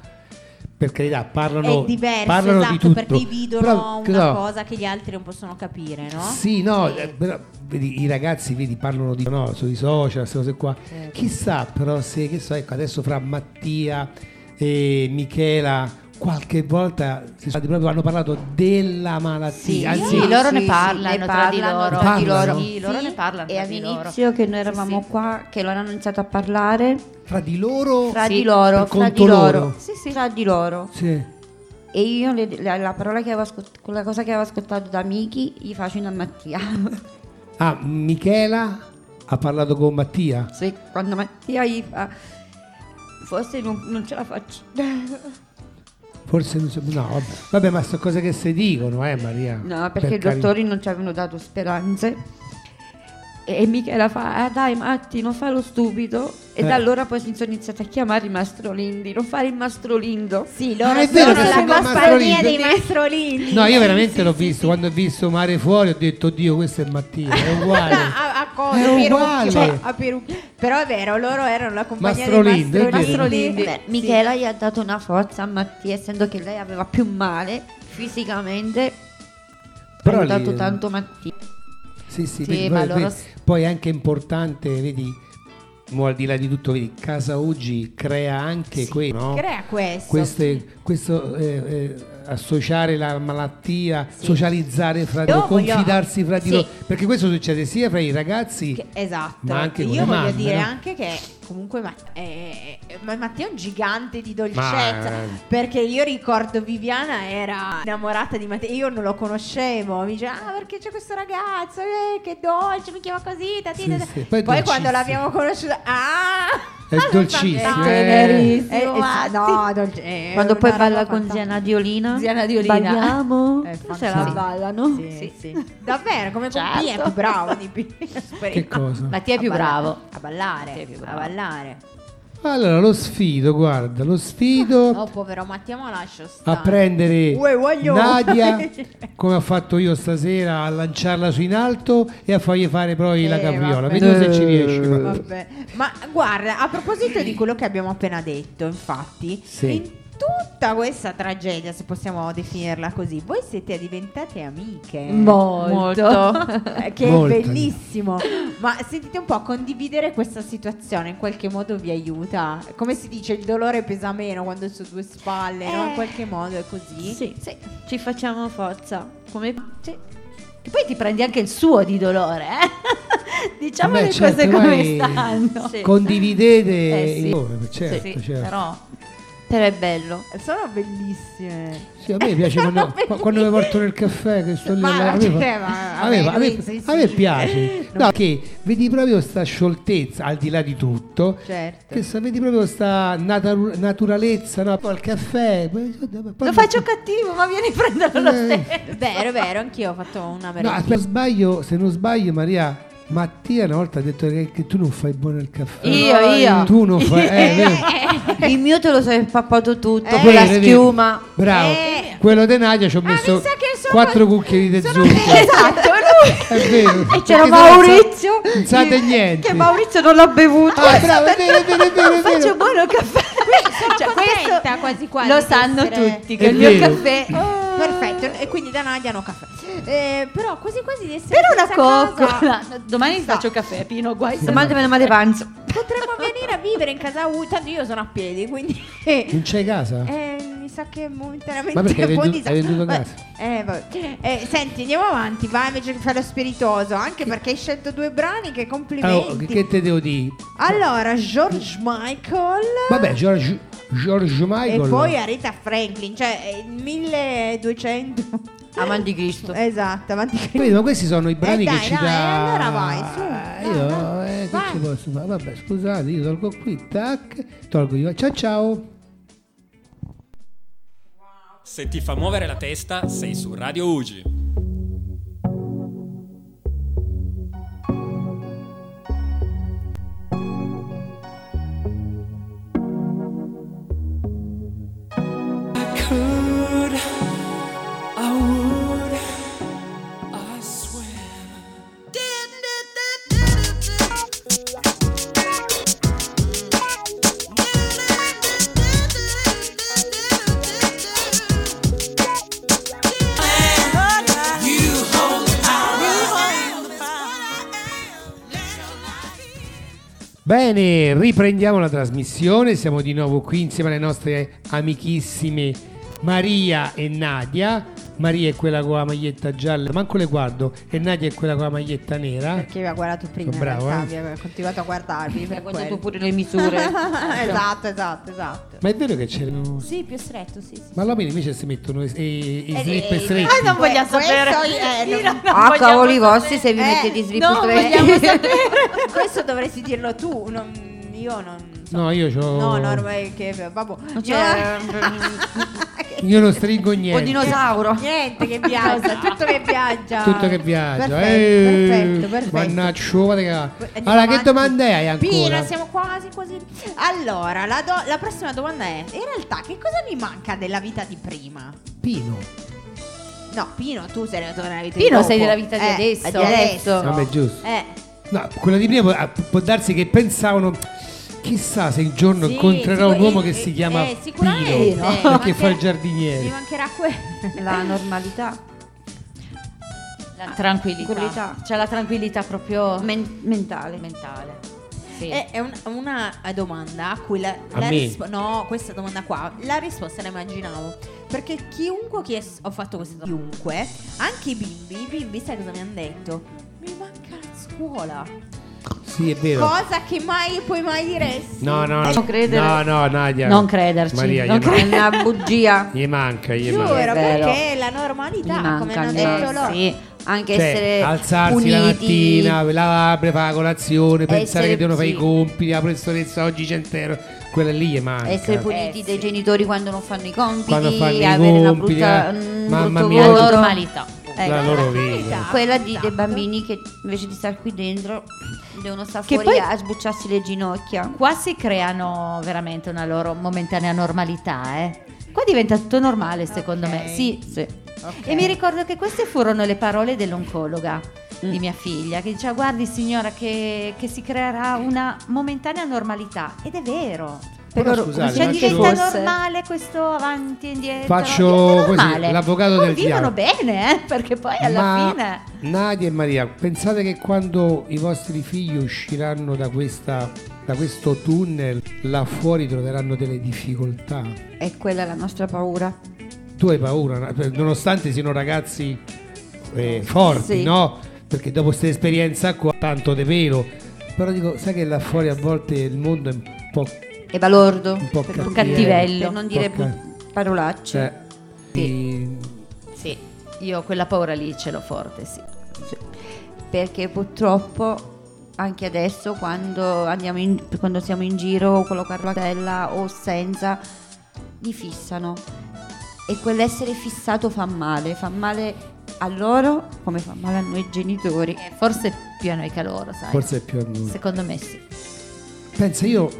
[SPEAKER 2] Per carità, parlano,
[SPEAKER 3] è diverso,
[SPEAKER 2] parlano
[SPEAKER 3] esatto,
[SPEAKER 2] di tutto.
[SPEAKER 3] perché dividono
[SPEAKER 2] Però,
[SPEAKER 3] una
[SPEAKER 2] però-
[SPEAKER 3] cosa che gli altri non possono capire, no?
[SPEAKER 2] Sì, no,
[SPEAKER 3] Sì.
[SPEAKER 2] eh, però vedi, i ragazzi vedi, parlano di, no, sui social, queste cose qua. Chissà però se, che so, ecco, adesso fra Mattia e Michela qualche volta si sono stati proprio, hanno parlato della malattia. Anzi,
[SPEAKER 4] sì, loro
[SPEAKER 6] sì,
[SPEAKER 4] ne
[SPEAKER 6] sì,
[SPEAKER 4] parlano
[SPEAKER 6] ne
[SPEAKER 4] tra di
[SPEAKER 6] parlano
[SPEAKER 2] tra
[SPEAKER 4] loro.
[SPEAKER 2] di Parlano? loro.
[SPEAKER 4] Sì, loro
[SPEAKER 6] Sì,
[SPEAKER 4] ne parlano
[SPEAKER 6] e
[SPEAKER 4] tra di loro.
[SPEAKER 6] all'inizio che noi eravamo qua che loro hanno iniziato a parlare
[SPEAKER 2] fra di loro...
[SPEAKER 6] fra
[SPEAKER 4] Sì,
[SPEAKER 6] di loro
[SPEAKER 2] per
[SPEAKER 6] fra
[SPEAKER 2] conto
[SPEAKER 6] di loro,
[SPEAKER 2] loro.
[SPEAKER 6] Sì, sì, fra di loro
[SPEAKER 2] Sì.
[SPEAKER 6] e io le- la, la parola che avevo ascolt- quella cosa che avevo ascoltato da Miki gli faccio una Mattia
[SPEAKER 2] Ah, Michela ha parlato con Mattia.
[SPEAKER 6] Sì, quando Mattia gli fa forse non, non ce la faccio
[SPEAKER 2] Forse non so- no, vabbè. Vabbè, ma sono cose che si dicono, eh Maria.
[SPEAKER 6] No,
[SPEAKER 2] Per
[SPEAKER 6] perché i
[SPEAKER 2] carità.
[SPEAKER 6] dottori non ci avevano dato speranze. E e Michela fa, ah dai Matti, non fa lo stupido. E
[SPEAKER 2] Eh.
[SPEAKER 6] da allora poi si sono iniziati a chiamare i mastrolindi. Non fare il mastrolindo.
[SPEAKER 3] Sì,
[SPEAKER 2] Ah,
[SPEAKER 3] loro
[SPEAKER 2] è vero
[SPEAKER 3] sono
[SPEAKER 2] che
[SPEAKER 3] la
[SPEAKER 2] sono
[SPEAKER 3] compagnia
[SPEAKER 2] Mastrolini.
[SPEAKER 3] dei mastrolini.
[SPEAKER 2] No, io veramente l'ho visto, quando ho visto Mare Fuori ho detto, Dio, questo è Mattia, è uguale.
[SPEAKER 3] a, a cosa?
[SPEAKER 2] È
[SPEAKER 3] Perucchio,
[SPEAKER 2] uguale.
[SPEAKER 3] cioè, a Perucchio. Però è vero, loro erano la compagnia
[SPEAKER 2] Mastrolini,
[SPEAKER 3] dei
[SPEAKER 2] è vero.
[SPEAKER 3] mastrolini.
[SPEAKER 6] Beh,
[SPEAKER 3] Sì.
[SPEAKER 6] Michela gli ha dato una forza a Mattia, essendo che lei aveva più male fisicamente.
[SPEAKER 2] Però
[SPEAKER 6] ha
[SPEAKER 2] lì- eh.
[SPEAKER 6] dato tanto Mattia.
[SPEAKER 2] Sì, sì,
[SPEAKER 4] Sì,
[SPEAKER 2] vedi,
[SPEAKER 4] ma
[SPEAKER 2] poi,
[SPEAKER 4] loro-
[SPEAKER 2] poi- poi è anche importante, vedi, mo al di là di tutto, vedi, Casa Oggi crea anche quello, no?
[SPEAKER 3] Crea questo.
[SPEAKER 2] Queste- questo eh, eh, associare la malattia, socializzare fra di
[SPEAKER 3] Io
[SPEAKER 2] loro,
[SPEAKER 3] voglio-
[SPEAKER 2] confidarsi fra di
[SPEAKER 3] sì.
[SPEAKER 2] loro, perché questo succede sia fra i ragazzi
[SPEAKER 3] Che- esatto.
[SPEAKER 2] ma anche con
[SPEAKER 3] Io
[SPEAKER 2] le
[SPEAKER 3] voglio
[SPEAKER 2] mamme,
[SPEAKER 3] dire
[SPEAKER 2] no?
[SPEAKER 3] anche che comunque ma, eh, eh, ma Mattia è un gigante di dolcezza.
[SPEAKER 2] Ma- eh,
[SPEAKER 3] Perché io ricordo Viviana era innamorata di Matteo, io non lo conoscevo. Mi diceva, ah, perché c'è questo ragazzo, eh, che dolce, mi chiama così. tati,
[SPEAKER 2] Sì,
[SPEAKER 3] tati".
[SPEAKER 2] sì, poi è
[SPEAKER 3] Poi,
[SPEAKER 2] dolcissimo.
[SPEAKER 3] quando l'abbiamo conosciuta, ah!
[SPEAKER 2] È dolcissimo,
[SPEAKER 3] È
[SPEAKER 2] eh.
[SPEAKER 3] tenerissimo,
[SPEAKER 6] Eh, eh,
[SPEAKER 3] Matti. no, dolce, è
[SPEAKER 6] Quando
[SPEAKER 3] una
[SPEAKER 6] poi
[SPEAKER 3] roba
[SPEAKER 6] balla con
[SPEAKER 3] fantastica.
[SPEAKER 6] Ziana Diolina.
[SPEAKER 4] Ziana Diolina.
[SPEAKER 6] Balliamo.
[SPEAKER 3] È
[SPEAKER 6] se la
[SPEAKER 3] fantastico.
[SPEAKER 6] ballano.
[SPEAKER 3] Sì, sì. Davvero, come Pompì è più bravo di P.
[SPEAKER 2] Che cosa?
[SPEAKER 4] Mattia ah, è più bravo.
[SPEAKER 3] A ballare,
[SPEAKER 4] Mattia è più
[SPEAKER 3] a
[SPEAKER 4] bravo.
[SPEAKER 3] ballare.
[SPEAKER 2] Allora lo sfido, guarda, lo sfido
[SPEAKER 3] Oh, povero Mattia, ma lascio stare.
[SPEAKER 2] a prendere
[SPEAKER 3] Uè, guaglione.
[SPEAKER 2] Nadia, come ho fatto io stasera, a lanciarla su in alto e a fargli fare poi la
[SPEAKER 3] Eh,
[SPEAKER 2] capriola.
[SPEAKER 3] vabbè.
[SPEAKER 2] Vediamo se ci riesce. guarda.
[SPEAKER 3] Vabbè. Ma guarda, a proposito di quello che abbiamo appena detto, infatti,
[SPEAKER 2] Sì.
[SPEAKER 3] in tutta questa tragedia, se possiamo definirla così, voi siete diventate amiche.
[SPEAKER 4] Molto.
[SPEAKER 3] Eh, che
[SPEAKER 2] Molto.
[SPEAKER 3] è bellissimo. Ma sentite un po', condividere questa situazione in qualche modo vi aiuta? Come si dice, il dolore pesa meno quando è su due spalle, no? In
[SPEAKER 6] Eh.
[SPEAKER 3] qualche modo è così.
[SPEAKER 6] Sì, sì, ci facciamo forza. Come
[SPEAKER 4] Sì. E poi ti prendi anche il suo di dolore, eh? Diciamo
[SPEAKER 2] Beh,
[SPEAKER 4] le
[SPEAKER 2] certo,
[SPEAKER 4] cose come
[SPEAKER 2] poi-
[SPEAKER 4] stanno.
[SPEAKER 6] Sì.
[SPEAKER 2] Condividete
[SPEAKER 4] Eh, sì.
[SPEAKER 2] il nome, certo,
[SPEAKER 4] Sì,
[SPEAKER 2] certo.
[SPEAKER 4] Però
[SPEAKER 6] Però è bello.
[SPEAKER 3] Sono bellissime.
[SPEAKER 2] Sì, a me piace quando, qua- quando mi porto nel caffè che sto lì
[SPEAKER 3] Ma
[SPEAKER 2] alla- a
[SPEAKER 3] cioè,
[SPEAKER 2] me, fa-
[SPEAKER 3] ma-
[SPEAKER 2] a me fa- a me-
[SPEAKER 3] sì, sì,
[SPEAKER 2] a me
[SPEAKER 3] sì.
[SPEAKER 2] piace no, che vedi proprio sta scioltezza al di là di tutto
[SPEAKER 3] Certo.
[SPEAKER 2] che sa- vedi proprio sta nataru- naturalezza no? poi al caffè poi- poi-
[SPEAKER 4] lo faccio cattivo, ma vieni a prenderlo lo
[SPEAKER 2] Eh.
[SPEAKER 4] stesso.
[SPEAKER 3] Vero, vero, anch'io ho fatto una
[SPEAKER 2] No,
[SPEAKER 3] merenda.
[SPEAKER 2] aspetta, se non sbaglio, se non sbaglio, Maria, Mattia una volta ha detto che, che tu non fai buono il caffè.
[SPEAKER 6] Io, io.
[SPEAKER 2] Tu non fai... eh, vero.
[SPEAKER 6] Il mio te lo so impappato tutto
[SPEAKER 2] Eh,
[SPEAKER 6] con la
[SPEAKER 2] vedi, vedi.
[SPEAKER 6] schiuma.
[SPEAKER 2] Bravo.
[SPEAKER 3] Eh.
[SPEAKER 2] Quello di Nadia ci ho messo
[SPEAKER 3] mi sa che sono-
[SPEAKER 2] quattro cucchieri di
[SPEAKER 3] sono-
[SPEAKER 2] zucchero.
[SPEAKER 3] Esatto, lui.
[SPEAKER 2] È vero.
[SPEAKER 6] E c'era
[SPEAKER 2] Perché sennò
[SPEAKER 6] Maurizio.
[SPEAKER 2] Non sate niente.
[SPEAKER 6] Che Maurizio non l'ha bevuto.
[SPEAKER 2] Ah, bravo, è vero, è vero, è vero, è vero.
[SPEAKER 6] Faccio buono il caffè.
[SPEAKER 3] Sono
[SPEAKER 4] Cioè,
[SPEAKER 3] contenta
[SPEAKER 4] questo
[SPEAKER 3] quasi quasi.
[SPEAKER 4] lo
[SPEAKER 3] di
[SPEAKER 4] sanno
[SPEAKER 3] essere-
[SPEAKER 4] tutti
[SPEAKER 2] È
[SPEAKER 4] che il mio
[SPEAKER 2] vero.
[SPEAKER 4] caffè
[SPEAKER 3] Perfetto, e quindi da Nadia no caffè. Eh, però quasi quasi di essere
[SPEAKER 4] Per una
[SPEAKER 3] senza
[SPEAKER 4] coccola.
[SPEAKER 3] casa.
[SPEAKER 4] Domani
[SPEAKER 3] Sta.
[SPEAKER 4] faccio caffè, Pino, guai. se-
[SPEAKER 6] Domandami una male panza.
[SPEAKER 3] Potremmo venire a vivere in casa U, tanto io sono a piedi, quindi
[SPEAKER 2] Non c'è casa?
[SPEAKER 3] eh, mi sa che momentaneamente
[SPEAKER 2] Ma perché
[SPEAKER 3] è un
[SPEAKER 2] hai
[SPEAKER 3] po'
[SPEAKER 2] vendu- hai
[SPEAKER 3] disag-
[SPEAKER 2] venduto
[SPEAKER 3] Ma-
[SPEAKER 2] casa?
[SPEAKER 3] Eh, vabbè. Eh, senti, andiamo avanti, vai invece che fai lo spiritoso, anche perché hai scelto due brani
[SPEAKER 6] Oh,
[SPEAKER 3] che complimenti.
[SPEAKER 2] Allora, Ah, oh, che te devo dire?
[SPEAKER 3] Allora, George Michael
[SPEAKER 2] Vabbè, George, George
[SPEAKER 3] e
[SPEAKER 2] Michael.
[SPEAKER 3] poi Aretha Franklin, cioè eh, 1200.
[SPEAKER 6] Aman di Cristo.
[SPEAKER 3] esatto, avanti. che-
[SPEAKER 2] Vedi, ma questi sono i brani
[SPEAKER 3] Eh, dai,
[SPEAKER 2] che ci
[SPEAKER 3] dai,
[SPEAKER 2] dà.
[SPEAKER 3] allora vai, su, dai,
[SPEAKER 2] io,
[SPEAKER 3] dai,
[SPEAKER 2] eh, che
[SPEAKER 3] vai.
[SPEAKER 2] ci posso fare? Vabbè, scusate, io tolgo qui, tac, tolgo io. Ciao ciao.
[SPEAKER 8] Se ti fa muovere la testa, sei su Radio Ugi.
[SPEAKER 1] could, I would, I swear. You hold
[SPEAKER 2] Bene, riprendiamo la trasmissione, siamo di nuovo qui insieme alle nostre amichissime Maria e Nadia. Maria è quella con la maglietta gialla, manco le guardo, e Nadia è quella con la maglietta nera.
[SPEAKER 3] Perché mi ha guardato prima,
[SPEAKER 2] Sono bravo,
[SPEAKER 3] in realtà,
[SPEAKER 2] eh.
[SPEAKER 3] mi ha continuato a guardarmi. per
[SPEAKER 6] Ha guardato
[SPEAKER 3] quello.
[SPEAKER 6] pure le misure.
[SPEAKER 3] esatto, esatto, esatto.
[SPEAKER 2] Ma è vero che c'erano...
[SPEAKER 3] Sì, più stretto, sì, sì.
[SPEAKER 2] Ma alla fine invece si mettono i, i, i
[SPEAKER 3] Eh,
[SPEAKER 2] slip
[SPEAKER 3] eh,
[SPEAKER 2] stretti.
[SPEAKER 4] Ah, non voglio
[SPEAKER 3] Questo
[SPEAKER 4] sapere.
[SPEAKER 3] è- eh,
[SPEAKER 4] Pino,
[SPEAKER 3] no.
[SPEAKER 4] non
[SPEAKER 6] A
[SPEAKER 4] vogliamo
[SPEAKER 6] Ah, cavoli
[SPEAKER 4] sapere.
[SPEAKER 6] vostri se vi
[SPEAKER 3] Eh,
[SPEAKER 6] mettete di slip
[SPEAKER 4] no,
[SPEAKER 6] stretti.
[SPEAKER 4] vogliamo
[SPEAKER 3] Questo dovresti dirlo tu, non- io non so.
[SPEAKER 2] No, io c'ho...
[SPEAKER 4] eh,
[SPEAKER 3] No, no, ormai che vabbè.
[SPEAKER 6] Cioè,
[SPEAKER 3] No. Che
[SPEAKER 2] Io non stringo niente.
[SPEAKER 6] O dinosauro.
[SPEAKER 3] Niente che viaggia, tutto che viaggia.
[SPEAKER 2] Tutto che viaggia.
[SPEAKER 3] Perfetto,
[SPEAKER 2] eh,
[SPEAKER 3] perfetto, perfetto. Eh,
[SPEAKER 2] Mannaggia, guarda che-
[SPEAKER 3] Andiamo
[SPEAKER 2] Allora, che
[SPEAKER 3] avanti.
[SPEAKER 2] domande hai ancora?
[SPEAKER 3] Pina, siamo quasi, quasi. Allora, la, do- la prossima domanda è: In realtà, che cosa mi manca della vita di prima?
[SPEAKER 2] Pino.
[SPEAKER 3] No, Pino, tu sei andato nella vita di
[SPEAKER 4] Pino,
[SPEAKER 3] dopo.
[SPEAKER 4] sei della vita di
[SPEAKER 3] Eh,
[SPEAKER 4] adesso.
[SPEAKER 3] Di adesso.
[SPEAKER 2] Vabbè, giusto.
[SPEAKER 3] Eh,
[SPEAKER 2] No, quella di prima può, ah, può darsi che pensavano. Chissà se un giorno
[SPEAKER 3] sì,
[SPEAKER 2] incontrerò
[SPEAKER 3] sicur-
[SPEAKER 2] un uomo
[SPEAKER 3] eh,
[SPEAKER 2] che si chiama
[SPEAKER 3] eh, sicuramente.
[SPEAKER 2] Pino.
[SPEAKER 3] Mi
[SPEAKER 2] Che fa
[SPEAKER 3] mancherà-
[SPEAKER 2] il giardiniere.
[SPEAKER 3] Mi mancherà quello.
[SPEAKER 6] La normalità
[SPEAKER 4] La tranquillità.
[SPEAKER 6] Tranquillità.
[SPEAKER 4] C'è la tranquillità proprio
[SPEAKER 6] men- mentale.
[SPEAKER 4] mentale. Sì.
[SPEAKER 3] È, è un- una domanda a cui la,
[SPEAKER 2] A me?
[SPEAKER 3] la rispo- no, questa domanda qua, la risposta la immaginavo. Perché chiunque chies- ho fatto questa domanda, chiunque, anche i bimbi, i bimbi sai cosa mi hanno detto? Mi manca la scuola.
[SPEAKER 2] Sì, è vero.
[SPEAKER 3] Cosa che mai puoi mai dire?
[SPEAKER 2] No, no,
[SPEAKER 6] Non credere.
[SPEAKER 2] no, no, Nadia.
[SPEAKER 4] Non crederci,
[SPEAKER 2] Maria,
[SPEAKER 4] non
[SPEAKER 2] gli,
[SPEAKER 6] È
[SPEAKER 2] manca,
[SPEAKER 6] una bugia.
[SPEAKER 2] gli manca, gli
[SPEAKER 3] Giuro,
[SPEAKER 2] manca.
[SPEAKER 6] È vero.
[SPEAKER 3] perché è la
[SPEAKER 6] Mi
[SPEAKER 3] normalità, come
[SPEAKER 6] manca
[SPEAKER 3] hanno
[SPEAKER 6] eh,
[SPEAKER 3] detto loro.
[SPEAKER 6] sì. Anche
[SPEAKER 2] Cioè,
[SPEAKER 6] essere
[SPEAKER 2] alzarsi
[SPEAKER 6] puniti.
[SPEAKER 2] la mattina, labbra, fare la colazione, pensare
[SPEAKER 6] Essere-
[SPEAKER 2] che devono fare i
[SPEAKER 6] sì.
[SPEAKER 2] compiti, la professoressa oggi c'è intero, quella lì gli manca.
[SPEAKER 6] Essere puniti
[SPEAKER 4] Eh,
[SPEAKER 6] dai
[SPEAKER 4] sì.
[SPEAKER 6] genitori quando non fanno i compiti,
[SPEAKER 2] Quando fanno i
[SPEAKER 6] avere una
[SPEAKER 2] compiti,
[SPEAKER 6] brutta,
[SPEAKER 2] eh.
[SPEAKER 6] un
[SPEAKER 2] Mamma
[SPEAKER 6] brutto
[SPEAKER 2] mia,
[SPEAKER 4] La
[SPEAKER 2] Io-
[SPEAKER 6] voto.
[SPEAKER 4] normalità.
[SPEAKER 6] Eh,
[SPEAKER 2] la
[SPEAKER 6] no,
[SPEAKER 2] loro
[SPEAKER 3] normalità.
[SPEAKER 2] vita.
[SPEAKER 6] Quella di,
[SPEAKER 3] Esatto.
[SPEAKER 6] dei bambini che invece di star qui dentro devono stare
[SPEAKER 4] Che
[SPEAKER 6] fuori
[SPEAKER 4] poi-
[SPEAKER 6] a sbucciarsi le ginocchia.
[SPEAKER 4] Qua si creano veramente una loro momentanea normalità, eh. Qua diventa tutto normale, secondo
[SPEAKER 3] Ok.
[SPEAKER 4] me. Sì, sì. E mi ricordo che queste furono le parole dell'oncologa di mia figlia, che diceva guardi signora che, che si creerà una momentanea normalità. Ed è vero.
[SPEAKER 2] Però
[SPEAKER 4] Perché
[SPEAKER 2] scusate,
[SPEAKER 4] cioè,
[SPEAKER 2] faccio-
[SPEAKER 4] diventa
[SPEAKER 6] Forse.
[SPEAKER 4] normale questo avanti e indietro.
[SPEAKER 2] Faccio
[SPEAKER 4] diventa
[SPEAKER 2] così,
[SPEAKER 4] normale.
[SPEAKER 2] l'avvocato
[SPEAKER 4] Poi
[SPEAKER 2] del
[SPEAKER 4] vivono
[SPEAKER 2] diavolo.
[SPEAKER 4] bene, eh, perché poi alla
[SPEAKER 2] Ma,
[SPEAKER 4] fine...
[SPEAKER 2] Nadia e Maria, pensate che quando i vostri figli usciranno da, questa, da questo tunnel, là fuori troveranno delle difficoltà.
[SPEAKER 6] È quella la nostra paura.
[SPEAKER 2] Tu hai paura, no? Per- nonostante siano ragazzi eh, forti,
[SPEAKER 6] Sì.
[SPEAKER 2] no? Perché dopo questa esperienza qua, tanto de velo. Però dico, sai che là fuori a volte il mondo è un po'...
[SPEAKER 6] È balordo.
[SPEAKER 2] Un po'
[SPEAKER 6] per non
[SPEAKER 4] cattivello.
[SPEAKER 6] dire- Per non dire
[SPEAKER 2] Ok.
[SPEAKER 6] parolacce.
[SPEAKER 2] Cioè, i-
[SPEAKER 4] Sì, io quella paura lì ce l'ho forte, sì.
[SPEAKER 6] Sì. Perché purtroppo anche adesso quando, andiamo in- quando siamo in giro con la cartella o senza li fissano e quell'essere fissato fa male, fa male a loro come fa male a noi genitori.
[SPEAKER 4] Eh, forse più a noi che a loro, sai.
[SPEAKER 2] forse è più a noi.
[SPEAKER 4] Secondo me sì.
[SPEAKER 2] Pensa, io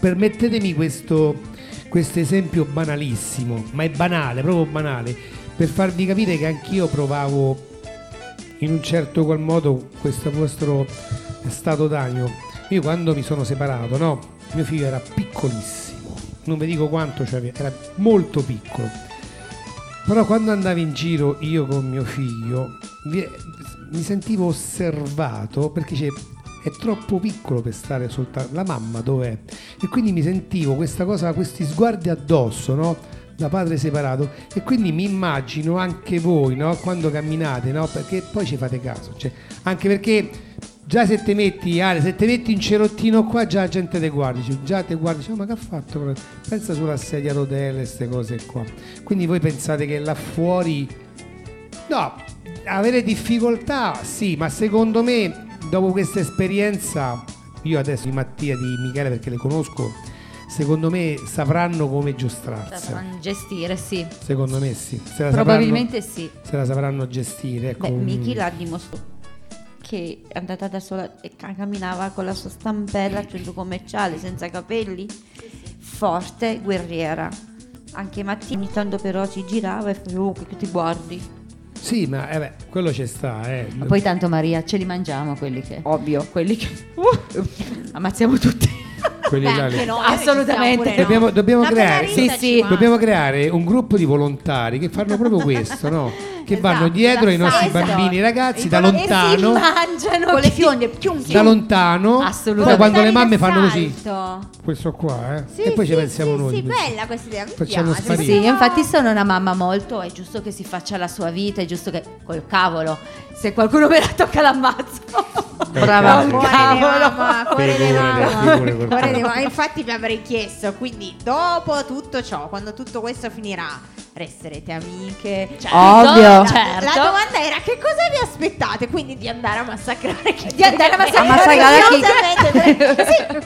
[SPEAKER 2] permettetemi questo, questo esempio banalissimo, ma è banale, proprio banale, per farvi capire che anch'io provavo in un certo qual modo questo vostro stato d'animo. Io quando mi sono separato, no? Mio figlio era piccolissimo, non vi dico quanto c'aveva, era molto piccolo. Però quando andavo in giro io con mio figlio vi- mi sentivo osservato perché dice, è troppo piccolo per stare soltanto. La mamma dov'è? E quindi mi sentivo questa cosa, questi sguardi addosso, no? Da padre separato. E quindi mi immagino anche voi, no? Quando camminate, no? Perché poi ci fate caso. cioè, anche perché già se te metti, Ale, se te metti in cerottino qua, già la gente te guardi, dice, già te guardi, dice, "Oh, ma che ha fatto? quello?" Pensa sulla sedia a rotelle, queste cose qua. Quindi voi pensate che là fuori... No, avere difficoltà sì, ma secondo me dopo questa esperienza, io adesso di Mattia, di Michele perché le conosco, secondo me sapranno come
[SPEAKER 4] La
[SPEAKER 2] giostrarsela.
[SPEAKER 4] sapranno gestire, sì.
[SPEAKER 2] Secondo me sì. Se la
[SPEAKER 4] Probabilmente sì.
[SPEAKER 2] sapranno, se la sapranno gestire. Ecco.
[SPEAKER 6] Beh, Miki l'ha dimostrato che è andata da sola e ca- camminava con la sua stampella al centro commerciale senza capelli, forte, guerriera. Anche Mattia ogni tanto però si girava e faceva "Oh, che ti guardi.
[SPEAKER 2] Sì, ma eh beh, quello ci sta. Eh.
[SPEAKER 4] Ma poi tanto Maria, ce li mangiamo quelli che...
[SPEAKER 6] Ovvio.
[SPEAKER 4] Quelli che... Uh! ammazziamo tutti.
[SPEAKER 2] Quelli là li-
[SPEAKER 3] Anche noi,
[SPEAKER 4] Assolutamente.
[SPEAKER 3] ci siamo pure
[SPEAKER 2] Dobbiamo-
[SPEAKER 3] noi.
[SPEAKER 2] dobbiamo
[SPEAKER 3] La
[SPEAKER 2] creare-
[SPEAKER 3] penalità
[SPEAKER 4] Sì,
[SPEAKER 3] ci
[SPEAKER 4] sì.
[SPEAKER 3] manca.
[SPEAKER 2] Dobbiamo creare un gruppo di volontari che fanno proprio questo, no? Che vanno
[SPEAKER 4] Esatto,
[SPEAKER 2] dietro ai nostri
[SPEAKER 4] esatto.
[SPEAKER 2] bambini e ragazzi da
[SPEAKER 4] E si
[SPEAKER 2] lontano.
[SPEAKER 4] mangiano
[SPEAKER 6] Con le
[SPEAKER 4] chi-
[SPEAKER 6] fionde, chiun,
[SPEAKER 2] Da
[SPEAKER 6] chiun.
[SPEAKER 2] lontano.
[SPEAKER 4] Assolutamente.
[SPEAKER 2] Sai, quando le mamme fanno così.
[SPEAKER 3] Salto.
[SPEAKER 6] Certo.
[SPEAKER 2] Questo qua, eh?
[SPEAKER 3] Sì,
[SPEAKER 2] e poi
[SPEAKER 3] sì,
[SPEAKER 2] ci pensiamo
[SPEAKER 3] sì,
[SPEAKER 2] noi.
[SPEAKER 3] Sì,
[SPEAKER 2] di questo.
[SPEAKER 3] bella questa idea. mi
[SPEAKER 2] Facciamo
[SPEAKER 3] piace.
[SPEAKER 2] sparire.
[SPEAKER 4] Sì, io infatti sono una mamma molto, è giusto che si faccia la sua vita, è giusto che... Col cavolo, se qualcuno me la tocca l'ammazzo.
[SPEAKER 2] Brava.
[SPEAKER 4] Col
[SPEAKER 3] Cuore di
[SPEAKER 4] cavolo.
[SPEAKER 3] mamma, cuore di
[SPEAKER 2] Figure,
[SPEAKER 3] mamma,
[SPEAKER 2] figure, per
[SPEAKER 3] cuore di
[SPEAKER 2] favore.
[SPEAKER 3] mamma. Infatti vi avrei chiesto, quindi dopo tutto ciò, quando tutto questo finirà, resterete amiche. Cioè,
[SPEAKER 4] Certo,
[SPEAKER 6] Ovvio.
[SPEAKER 4] certo.
[SPEAKER 3] La domanda era che cosa vi aspettate? Quindi di andare a massacrare chi
[SPEAKER 4] Di andare a massacrare-
[SPEAKER 6] Ma sai guarda chi-
[SPEAKER 3] Curiosamente,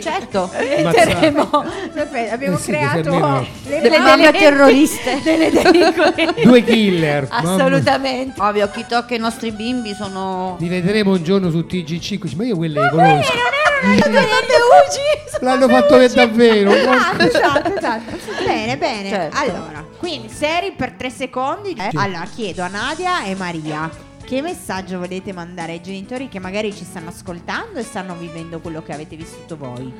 [SPEAKER 6] Certo,
[SPEAKER 2] Ammazzate.
[SPEAKER 3] Perfetto, abbiamo
[SPEAKER 2] Eh sì,
[SPEAKER 3] creato
[SPEAKER 2] così almeno-
[SPEAKER 3] le
[SPEAKER 6] delle mamme terroriste.
[SPEAKER 4] Delle delinquenti.
[SPEAKER 2] Due killer. mamma mia.
[SPEAKER 4] Assolutamente.
[SPEAKER 6] Ovvio, chi tocca i nostri bimbi sono...
[SPEAKER 2] Li vedremo un giorno su TG5. Ma io quelle le conosco.
[SPEAKER 3] Ugi,
[SPEAKER 2] L'hanno fatto per davvero.
[SPEAKER 3] Esatto, esatto, esatto. Bene, bene.
[SPEAKER 6] Certo.
[SPEAKER 3] Allora, quindi seri per tre secondi. Eh, Allora, chiedo a Nadia e Maria. Che messaggio volete mandare ai genitori che magari ci stanno ascoltando e stanno vivendo quello che avete vissuto voi?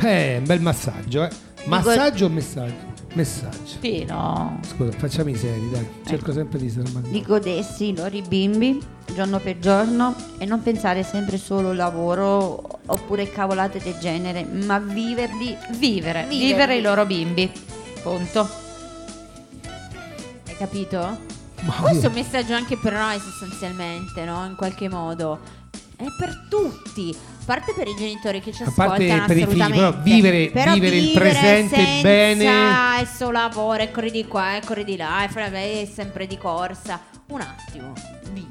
[SPEAKER 2] Eh, un bel massaggio, eh. Massaggio o messaggio? Messaggio.
[SPEAKER 4] Sì, no.
[SPEAKER 2] Scusa, facciami seri, dai.
[SPEAKER 3] Ecco.
[SPEAKER 2] Cerco sempre di stare
[SPEAKER 6] Li godessi i loro bimbi giorno per giorno e non pensare sempre solo al lavoro oppure cavolate del genere, ma viverli
[SPEAKER 4] Eh, Vivere, vivere, i loro bimbi. Punto.
[SPEAKER 3] Hai capito?
[SPEAKER 2] Ma
[SPEAKER 3] Questo è
[SPEAKER 2] io-
[SPEAKER 3] un messaggio anche per noi sostanzialmente, no? In qualche modo. È per tutti, a parte per i genitori che ci
[SPEAKER 2] A parte
[SPEAKER 3] ascoltano
[SPEAKER 2] per i figli,
[SPEAKER 3] assolutamente.
[SPEAKER 2] però vivere- vivere il presente
[SPEAKER 3] senza
[SPEAKER 2] bene.
[SPEAKER 3] il suo lavoro, e corri di qua, e corri di là, e fra- e sempre di corsa. Un attimo, vivi.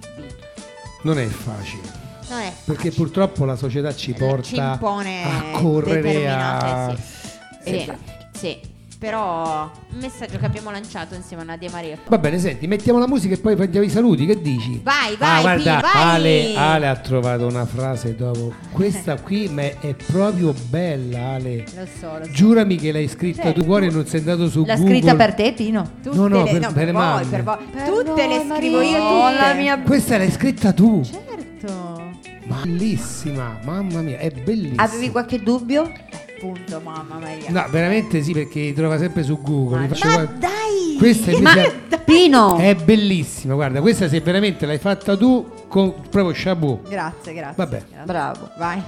[SPEAKER 2] Non è facile.
[SPEAKER 4] Ah,
[SPEAKER 3] Non
[SPEAKER 4] ecco.
[SPEAKER 3] è
[SPEAKER 2] Perché purtroppo la società ci porta
[SPEAKER 3] Eh, Ci impone
[SPEAKER 2] a correre a...
[SPEAKER 3] determinate, sì. Sì, sì. Però un messaggio che abbiamo lanciato insieme a Nadia e Maria.
[SPEAKER 2] Va bene, senti, mettiamo la musica e poi prendiamo i saluti, che dici?
[SPEAKER 3] Vai, vai,
[SPEAKER 2] ah, guarda,
[SPEAKER 3] Pi, vai.
[SPEAKER 2] Ale, Ale ha trovato una frase dopo. Questa qui ma è è proprio bella, Ale.
[SPEAKER 3] Lo so, lo so.
[SPEAKER 2] Giurami che l'hai scritta tu cuore non sei andato su
[SPEAKER 4] L'ha
[SPEAKER 2] Google.
[SPEAKER 4] scritta per te, Pino?
[SPEAKER 3] Tutte
[SPEAKER 2] No, no, per-
[SPEAKER 3] le-
[SPEAKER 2] per le
[SPEAKER 3] voi,
[SPEAKER 2] mamme.
[SPEAKER 3] per voi.
[SPEAKER 4] Per
[SPEAKER 3] tutte
[SPEAKER 4] noi,
[SPEAKER 3] le scrivo io,
[SPEAKER 4] Maria.
[SPEAKER 3] tutte.
[SPEAKER 4] La mia-
[SPEAKER 2] Questa l'hai scritta tu.
[SPEAKER 3] Certo.
[SPEAKER 2] Bellissima, mamma mia, è bellissima.
[SPEAKER 6] Avevi qualche dubbio?
[SPEAKER 3] Punto, mamma Maria.
[SPEAKER 2] No, veramente sì, perché li trova sempre su Google. li faccio
[SPEAKER 3] Ma
[SPEAKER 2] guard-
[SPEAKER 3] dai!
[SPEAKER 2] Questa è,
[SPEAKER 6] Ma Pino!
[SPEAKER 2] è bellissima, guarda, questa se veramente l'hai fatta tu con proprio Shabu.
[SPEAKER 3] Grazie, grazie.
[SPEAKER 2] Vabbè.
[SPEAKER 3] grazie.
[SPEAKER 6] Bravo.
[SPEAKER 3] Vai.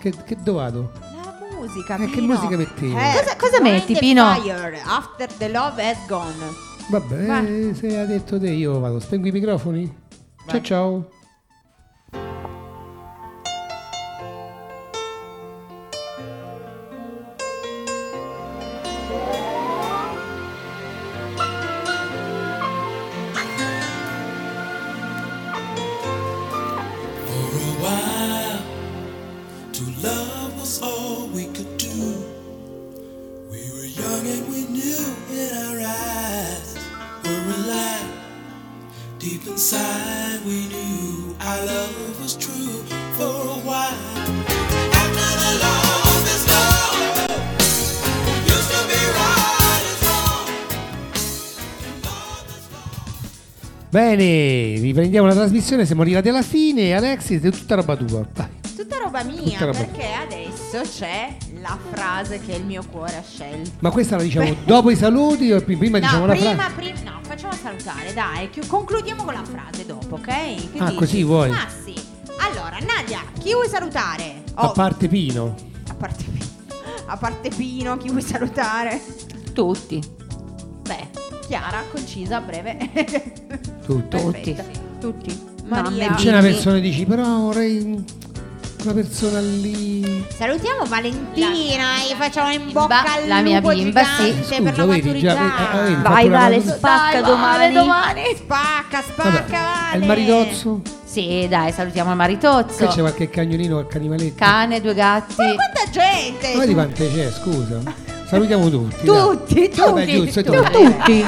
[SPEAKER 2] Che, che dove vado?
[SPEAKER 3] La musica,
[SPEAKER 2] Eh, che
[SPEAKER 3] Pino.
[SPEAKER 2] musica mettevo?
[SPEAKER 4] Cosa- cosa
[SPEAKER 3] Wind
[SPEAKER 4] metti,
[SPEAKER 3] the
[SPEAKER 4] Pino?
[SPEAKER 3] Fire, after the love has gone.
[SPEAKER 2] Vabbè, eh, se ha detto te io vado. Spengo i microfoni. Ciao ciao.
[SPEAKER 1] For a while, to love was all we could do. We were young and we knew in our eyes were alive. Deep inside, we knew our love was true for a while. After the love is gone, used to be right is wrong.
[SPEAKER 2] Bene, riprendiamo la trasmissione, siamo arrivati alla fine. Alexis, è tutta roba tua. Vai.
[SPEAKER 3] Tutta roba mia,
[SPEAKER 2] Tutta roba-
[SPEAKER 3] perché adesso c'è la frase che il mio cuore ha scelto.
[SPEAKER 2] Ma questa la diciamo dopo i saluti o pri- prima
[SPEAKER 3] no,
[SPEAKER 2] diciamo la
[SPEAKER 3] prima,
[SPEAKER 2] frase?
[SPEAKER 3] prima, no, facciamo salutare, dai, chi- concludiamo con la frase dopo, ok? Che
[SPEAKER 2] Ah, così vuoi?
[SPEAKER 3] Ah, sì. Allora, Nadia, chi vuoi salutare?
[SPEAKER 2] A
[SPEAKER 3] Oh,
[SPEAKER 2] parte Pino.
[SPEAKER 3] a parte Pino, a parte Pino, chi vuoi salutare?
[SPEAKER 6] Tutti.
[SPEAKER 3] Beh, chiara, concisa, breve.
[SPEAKER 2] Tutto.
[SPEAKER 3] Perfetta.
[SPEAKER 6] Tutti.
[SPEAKER 3] Maria.
[SPEAKER 6] Maria.
[SPEAKER 2] C'è una persona che dici, però vorrei quella persona lì.
[SPEAKER 3] Salutiamo Valentina e facciamo in bocca
[SPEAKER 4] Bimba,
[SPEAKER 3] al
[SPEAKER 4] la mia
[SPEAKER 3] lupo
[SPEAKER 4] bimba, sì.
[SPEAKER 3] gigante per la
[SPEAKER 2] vedi, già- eh, eh, vedi,
[SPEAKER 3] maturità.
[SPEAKER 2] fatto
[SPEAKER 6] Vai
[SPEAKER 2] una
[SPEAKER 6] Vale,
[SPEAKER 2] cosa-
[SPEAKER 6] spacca domani.
[SPEAKER 3] Spacca, spacca,
[SPEAKER 2] Vabbè, è
[SPEAKER 3] Vale.
[SPEAKER 2] il maritozzo?
[SPEAKER 4] Sì, dai, salutiamo il
[SPEAKER 2] Che
[SPEAKER 4] maritozzo.
[SPEAKER 2] c'è qualche cagnolino, qualche animaletto?
[SPEAKER 4] Cane, due gatti.
[SPEAKER 3] Ma quanta gente!
[SPEAKER 2] Ma di quante c'è, scusa. Salutiamo tutti.
[SPEAKER 3] Tutti,
[SPEAKER 2] dai. Vabbè,
[SPEAKER 3] tutti,
[SPEAKER 2] giusto,
[SPEAKER 3] tutti.
[SPEAKER 2] tutti.
[SPEAKER 6] Tutti.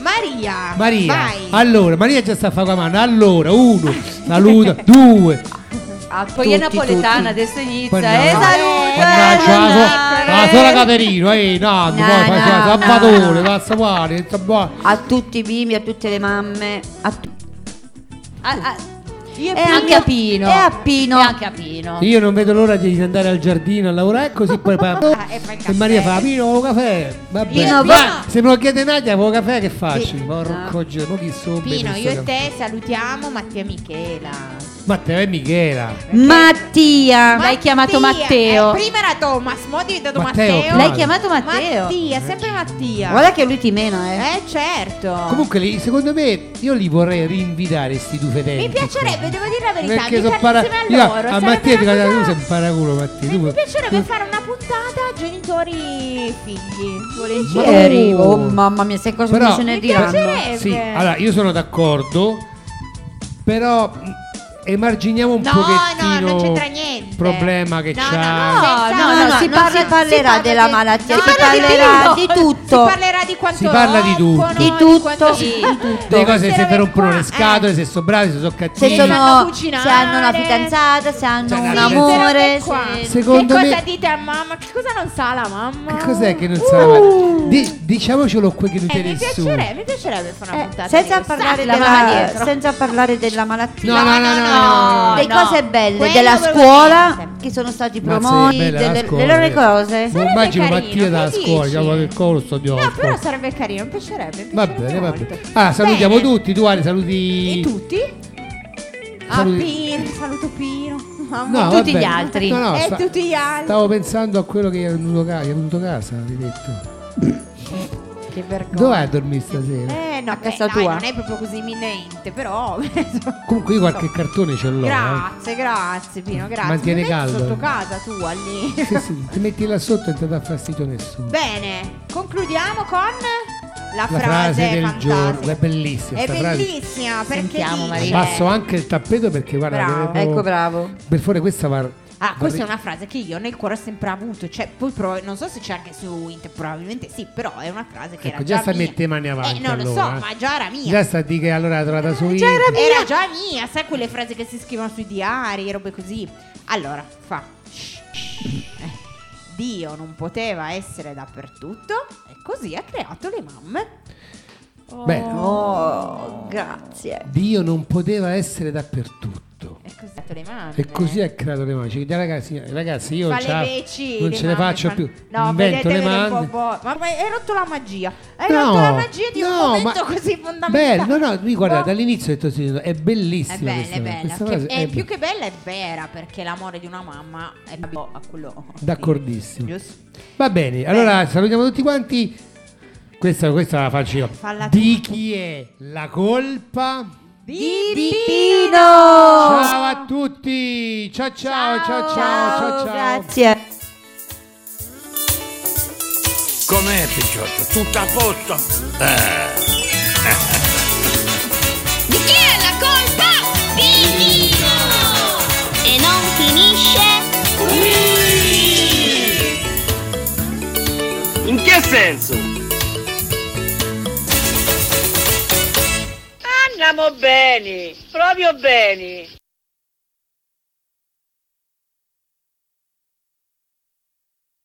[SPEAKER 3] Maria!
[SPEAKER 2] Maria, Ah,
[SPEAKER 3] Vai!
[SPEAKER 2] allora, Maria già sta a fare con la mano. Allora, uno, saluta, due.
[SPEAKER 6] A
[SPEAKER 4] Ah, Poi
[SPEAKER 6] tutti,
[SPEAKER 4] è napoletana,
[SPEAKER 6] tutti.
[SPEAKER 4] adesso inizia. eh,
[SPEAKER 2] Mannaggia.
[SPEAKER 4] E
[SPEAKER 2] Mannaggia, la so- la sola
[SPEAKER 4] saluta.
[SPEAKER 2] Caterina, eh, no,
[SPEAKER 6] No,
[SPEAKER 2] poi fai
[SPEAKER 6] no,
[SPEAKER 2] Salvatore,
[SPEAKER 6] no.
[SPEAKER 2] passa uguale, sta buono.
[SPEAKER 6] A tutti i bimbi, a tutte le mamme, a tutti.
[SPEAKER 4] Ah, ah,
[SPEAKER 6] E
[SPEAKER 4] E anche a Pino.
[SPEAKER 6] E a Pino.
[SPEAKER 4] E anche a Pino.
[SPEAKER 2] Io non vedo l'ora di andare al giardino a lavorare così poi
[SPEAKER 3] Ah, e fai il caffè.
[SPEAKER 2] e Maria fa Pino vuoi caffè vabbè Ma
[SPEAKER 6] Pino, va-
[SPEAKER 2] se me lo chiede Nadia vuoi caffè che faccio
[SPEAKER 3] Sì.
[SPEAKER 2] porco giro, mo chi so beve
[SPEAKER 3] Pino,
[SPEAKER 2] sto
[SPEAKER 3] io e
[SPEAKER 2] caffè.
[SPEAKER 3] te salutiamo Mattia Michela.
[SPEAKER 2] Matteo e Michela.
[SPEAKER 6] Mattia.
[SPEAKER 4] Ma- L'hai chiamato Matteo.
[SPEAKER 3] eh, prima era Thomas, mo' è diventato
[SPEAKER 2] Matteo,
[SPEAKER 3] Matteo.
[SPEAKER 2] chiamato.
[SPEAKER 4] L'hai chiamato Matteo?
[SPEAKER 3] Mattia, sempre Mattia.
[SPEAKER 6] Guarda che lui ti mena, eh.
[SPEAKER 3] Eh certo.
[SPEAKER 2] Comunque, li- secondo me, io li vorrei rinvitare sti due fedeli.
[SPEAKER 3] mi piacerebbe, devo dire la verità,
[SPEAKER 2] Perché
[SPEAKER 3] mi
[SPEAKER 2] sono
[SPEAKER 3] piace
[SPEAKER 2] para...
[SPEAKER 3] insieme
[SPEAKER 2] Io
[SPEAKER 3] a
[SPEAKER 2] a-
[SPEAKER 3] loro.
[SPEAKER 2] a
[SPEAKER 3] sarebbe
[SPEAKER 2] Mattia ti
[SPEAKER 3] una
[SPEAKER 2] guarda, tu
[SPEAKER 3] cosa-
[SPEAKER 2] sei un paraculo, Mattia.
[SPEAKER 3] Mi
[SPEAKER 2] Tu...
[SPEAKER 3] piacerebbe fare una puntata genitori figli.
[SPEAKER 2] Ma-
[SPEAKER 3] Volentieri.
[SPEAKER 6] Ieri, oh mamma mia, sai cosa
[SPEAKER 2] Però-
[SPEAKER 6] mi ce ne
[SPEAKER 3] Mi
[SPEAKER 6] diranno?
[SPEAKER 3] piacerebbe.
[SPEAKER 2] Sì, allora io sono d'accordo, però mh, emarginiamo un
[SPEAKER 3] No,
[SPEAKER 2] pochettino
[SPEAKER 3] no, non c'entra niente.
[SPEAKER 2] il problema che
[SPEAKER 3] No,
[SPEAKER 2] c'ha.
[SPEAKER 3] no,
[SPEAKER 6] No, no, no, si, parla-
[SPEAKER 4] non si-
[SPEAKER 6] parlerà
[SPEAKER 4] si parla
[SPEAKER 6] della
[SPEAKER 4] di-
[SPEAKER 6] malattia,
[SPEAKER 4] no,
[SPEAKER 6] si
[SPEAKER 4] parla di
[SPEAKER 6] parlerà
[SPEAKER 4] Pingo.
[SPEAKER 6] di
[SPEAKER 3] Si
[SPEAKER 6] tutto.
[SPEAKER 3] parla di quanto
[SPEAKER 2] Si parla di tutto.
[SPEAKER 3] rompono,
[SPEAKER 6] Di tutto,
[SPEAKER 3] quanto-
[SPEAKER 6] sì.
[SPEAKER 2] Le cose se
[SPEAKER 3] Queste
[SPEAKER 2] ti
[SPEAKER 3] robe
[SPEAKER 2] rompono
[SPEAKER 3] qua, eh.
[SPEAKER 2] le scatole, se sono bravi, se sono cattivi.
[SPEAKER 6] se,
[SPEAKER 3] sanno
[SPEAKER 6] sono, se
[SPEAKER 3] cucinare.
[SPEAKER 6] hanno una fidanzata, se hanno
[SPEAKER 2] Cioè,
[SPEAKER 6] un
[SPEAKER 2] la-
[SPEAKER 6] amore,
[SPEAKER 3] Queste robe
[SPEAKER 6] se-
[SPEAKER 3] qua.
[SPEAKER 2] Secondo
[SPEAKER 3] che
[SPEAKER 2] me-
[SPEAKER 3] cosa dite a mamma? Che cosa non sa la mamma?
[SPEAKER 2] Che cos'è che non sa? Di- diciamocelo qui che non
[SPEAKER 3] Uh! Eh,
[SPEAKER 2] te
[SPEAKER 3] mi,
[SPEAKER 2] ne
[SPEAKER 3] piacerebbe, mi piacerebbe fare una
[SPEAKER 6] eh,
[SPEAKER 3] puntata.
[SPEAKER 6] senza,
[SPEAKER 3] di questa.
[SPEAKER 6] parlare
[SPEAKER 4] la mano dietro.
[SPEAKER 6] della, senza parlare della malattia.
[SPEAKER 2] No, no, no, no, no, no.
[SPEAKER 6] Le cose belle
[SPEAKER 3] Quello
[SPEAKER 6] della
[SPEAKER 3] proprio
[SPEAKER 6] scuola
[SPEAKER 3] niente.
[SPEAKER 6] che sono stati
[SPEAKER 2] Mazza,
[SPEAKER 6] promossi,
[SPEAKER 2] che bella la
[SPEAKER 6] delle,
[SPEAKER 2] scuola,
[SPEAKER 6] le loro
[SPEAKER 2] eh.
[SPEAKER 6] cose.
[SPEAKER 2] Ma
[SPEAKER 3] Sarebbe
[SPEAKER 2] immagino
[SPEAKER 3] carino,
[SPEAKER 2] Mattia dalla
[SPEAKER 3] che
[SPEAKER 2] scuola,
[SPEAKER 3] dici?
[SPEAKER 2] chiamo del colo, sto di
[SPEAKER 3] No,
[SPEAKER 2] otto.
[SPEAKER 3] però sarebbe carino, mi piacerebbe. mi
[SPEAKER 2] Va bene,
[SPEAKER 3] piacerebbe
[SPEAKER 2] va
[SPEAKER 3] molto.
[SPEAKER 2] bene. Ah, salutiamo
[SPEAKER 3] Bene.
[SPEAKER 2] tutti, tu Ale, saluti...
[SPEAKER 3] E tutti? Ah,
[SPEAKER 2] Saluti-
[SPEAKER 3] Pino, saluto Pino. Mamma.
[SPEAKER 2] No,
[SPEAKER 4] tutti
[SPEAKER 2] vabbè.
[SPEAKER 4] gli altri.
[SPEAKER 2] No, no,
[SPEAKER 3] e
[SPEAKER 2] sta-
[SPEAKER 3] Eh, tutti gli altri.
[SPEAKER 2] Stavo pensando a quello che è venuto, ca- che è venuto a casa, hai detto.
[SPEAKER 3] Che vergogna.
[SPEAKER 2] Dove vai a dormire stasera?
[SPEAKER 3] Eh, no,
[SPEAKER 6] A
[SPEAKER 3] beh,
[SPEAKER 6] casa
[SPEAKER 3] dai,
[SPEAKER 6] tua.
[SPEAKER 3] non è proprio così imminente, però.
[SPEAKER 2] Comunque io qualche cartone ce l'ho. eh.
[SPEAKER 3] Grazie, grazie Pino, grazie.
[SPEAKER 2] Mantiene
[SPEAKER 3] Mi metti
[SPEAKER 2] caldo.
[SPEAKER 3] sotto casa tua lì.
[SPEAKER 2] Sì, sì, ti metti là sotto e non ti dà fastidio nessuno.
[SPEAKER 3] Bene, concludiamo con la,
[SPEAKER 2] La
[SPEAKER 3] frase,
[SPEAKER 2] frase del
[SPEAKER 3] fantastica.
[SPEAKER 2] giorno, è bellissima
[SPEAKER 3] È
[SPEAKER 2] sta frase. eh.
[SPEAKER 3] bellissima perché
[SPEAKER 4] Sentiamo,
[SPEAKER 3] dice...
[SPEAKER 4] Maria.
[SPEAKER 2] Abbasso anche il tappeto perché guarda,
[SPEAKER 3] Bravo.
[SPEAKER 2] devo-
[SPEAKER 6] Ecco, bravo.
[SPEAKER 2] Per favore questa va.
[SPEAKER 3] Ah, questa è
[SPEAKER 2] vorrei-
[SPEAKER 3] una frase che io nel cuore ho sempre avuto, cioè poi prob- non so se c'è anche su Inter, probabilmente sì, però è una frase che
[SPEAKER 2] Ecco,
[SPEAKER 3] era
[SPEAKER 2] già
[SPEAKER 3] già
[SPEAKER 2] sta
[SPEAKER 3] mia.
[SPEAKER 2] mette mani avanti
[SPEAKER 3] Eh, non lo
[SPEAKER 2] allora,
[SPEAKER 3] so,
[SPEAKER 2] eh.
[SPEAKER 3] ma già era mia. Eh,
[SPEAKER 2] Già sta di che allora l'ha trovata su
[SPEAKER 3] Già era,
[SPEAKER 2] internet.
[SPEAKER 3] mia. già mia, sai quelle frasi che si scrivono sui diari, robe così. Allora, fa. eh, Dio non poteva essere dappertutto e così ha creato le mamme.
[SPEAKER 2] Beh,
[SPEAKER 6] Oh, grazie.
[SPEAKER 2] Dio non poteva essere dappertutto.
[SPEAKER 3] E così ha creato le mamme.
[SPEAKER 2] E così ha creato le mani. Cioè, dai, ragazzi, ragazzi, io
[SPEAKER 3] Fa
[SPEAKER 2] non,
[SPEAKER 3] le
[SPEAKER 2] c'ha-
[SPEAKER 3] veci,
[SPEAKER 2] non
[SPEAKER 3] le
[SPEAKER 2] ce ne
[SPEAKER 3] mamme
[SPEAKER 2] faccio
[SPEAKER 3] fan-
[SPEAKER 2] più.
[SPEAKER 3] No,
[SPEAKER 2] Invento
[SPEAKER 3] vedete,
[SPEAKER 2] le
[SPEAKER 3] vedete un
[SPEAKER 2] mani.
[SPEAKER 3] po', boh. Ma ma hai rotto la magia. Hai rotto la magia di un
[SPEAKER 2] no,
[SPEAKER 3] momento
[SPEAKER 2] ma-
[SPEAKER 3] così fondamentale.
[SPEAKER 2] Bello, no, no, mi guarda,
[SPEAKER 3] Boh.
[SPEAKER 2] dall'inizio ho detto sì, è bellissima.
[SPEAKER 3] È bella,
[SPEAKER 2] questa
[SPEAKER 3] è
[SPEAKER 2] frase,
[SPEAKER 3] bella.
[SPEAKER 2] questa
[SPEAKER 3] Che-
[SPEAKER 2] frase
[SPEAKER 3] è
[SPEAKER 2] bella.
[SPEAKER 3] più che bella è vera perché l'amore di una mamma è più a quello.
[SPEAKER 2] D'accordissimo.
[SPEAKER 3] Giusto?
[SPEAKER 2] Va bene, allora salutiamo tutti quanti. Questa, questa la faccio io.
[SPEAKER 3] Falla tu.
[SPEAKER 2] Di chi è la colpa?
[SPEAKER 6] Pipino!
[SPEAKER 2] Ciao a tutti! Ciao ciao ciao ciao ciao ciao!
[SPEAKER 6] Grazie.
[SPEAKER 9] Com'è Picciotto? Tutto a posto? Eh,
[SPEAKER 7] Di chi è la colpa? Di Dino! E non finisce
[SPEAKER 1] In che senso?
[SPEAKER 10] Andiamo bene, proprio bene.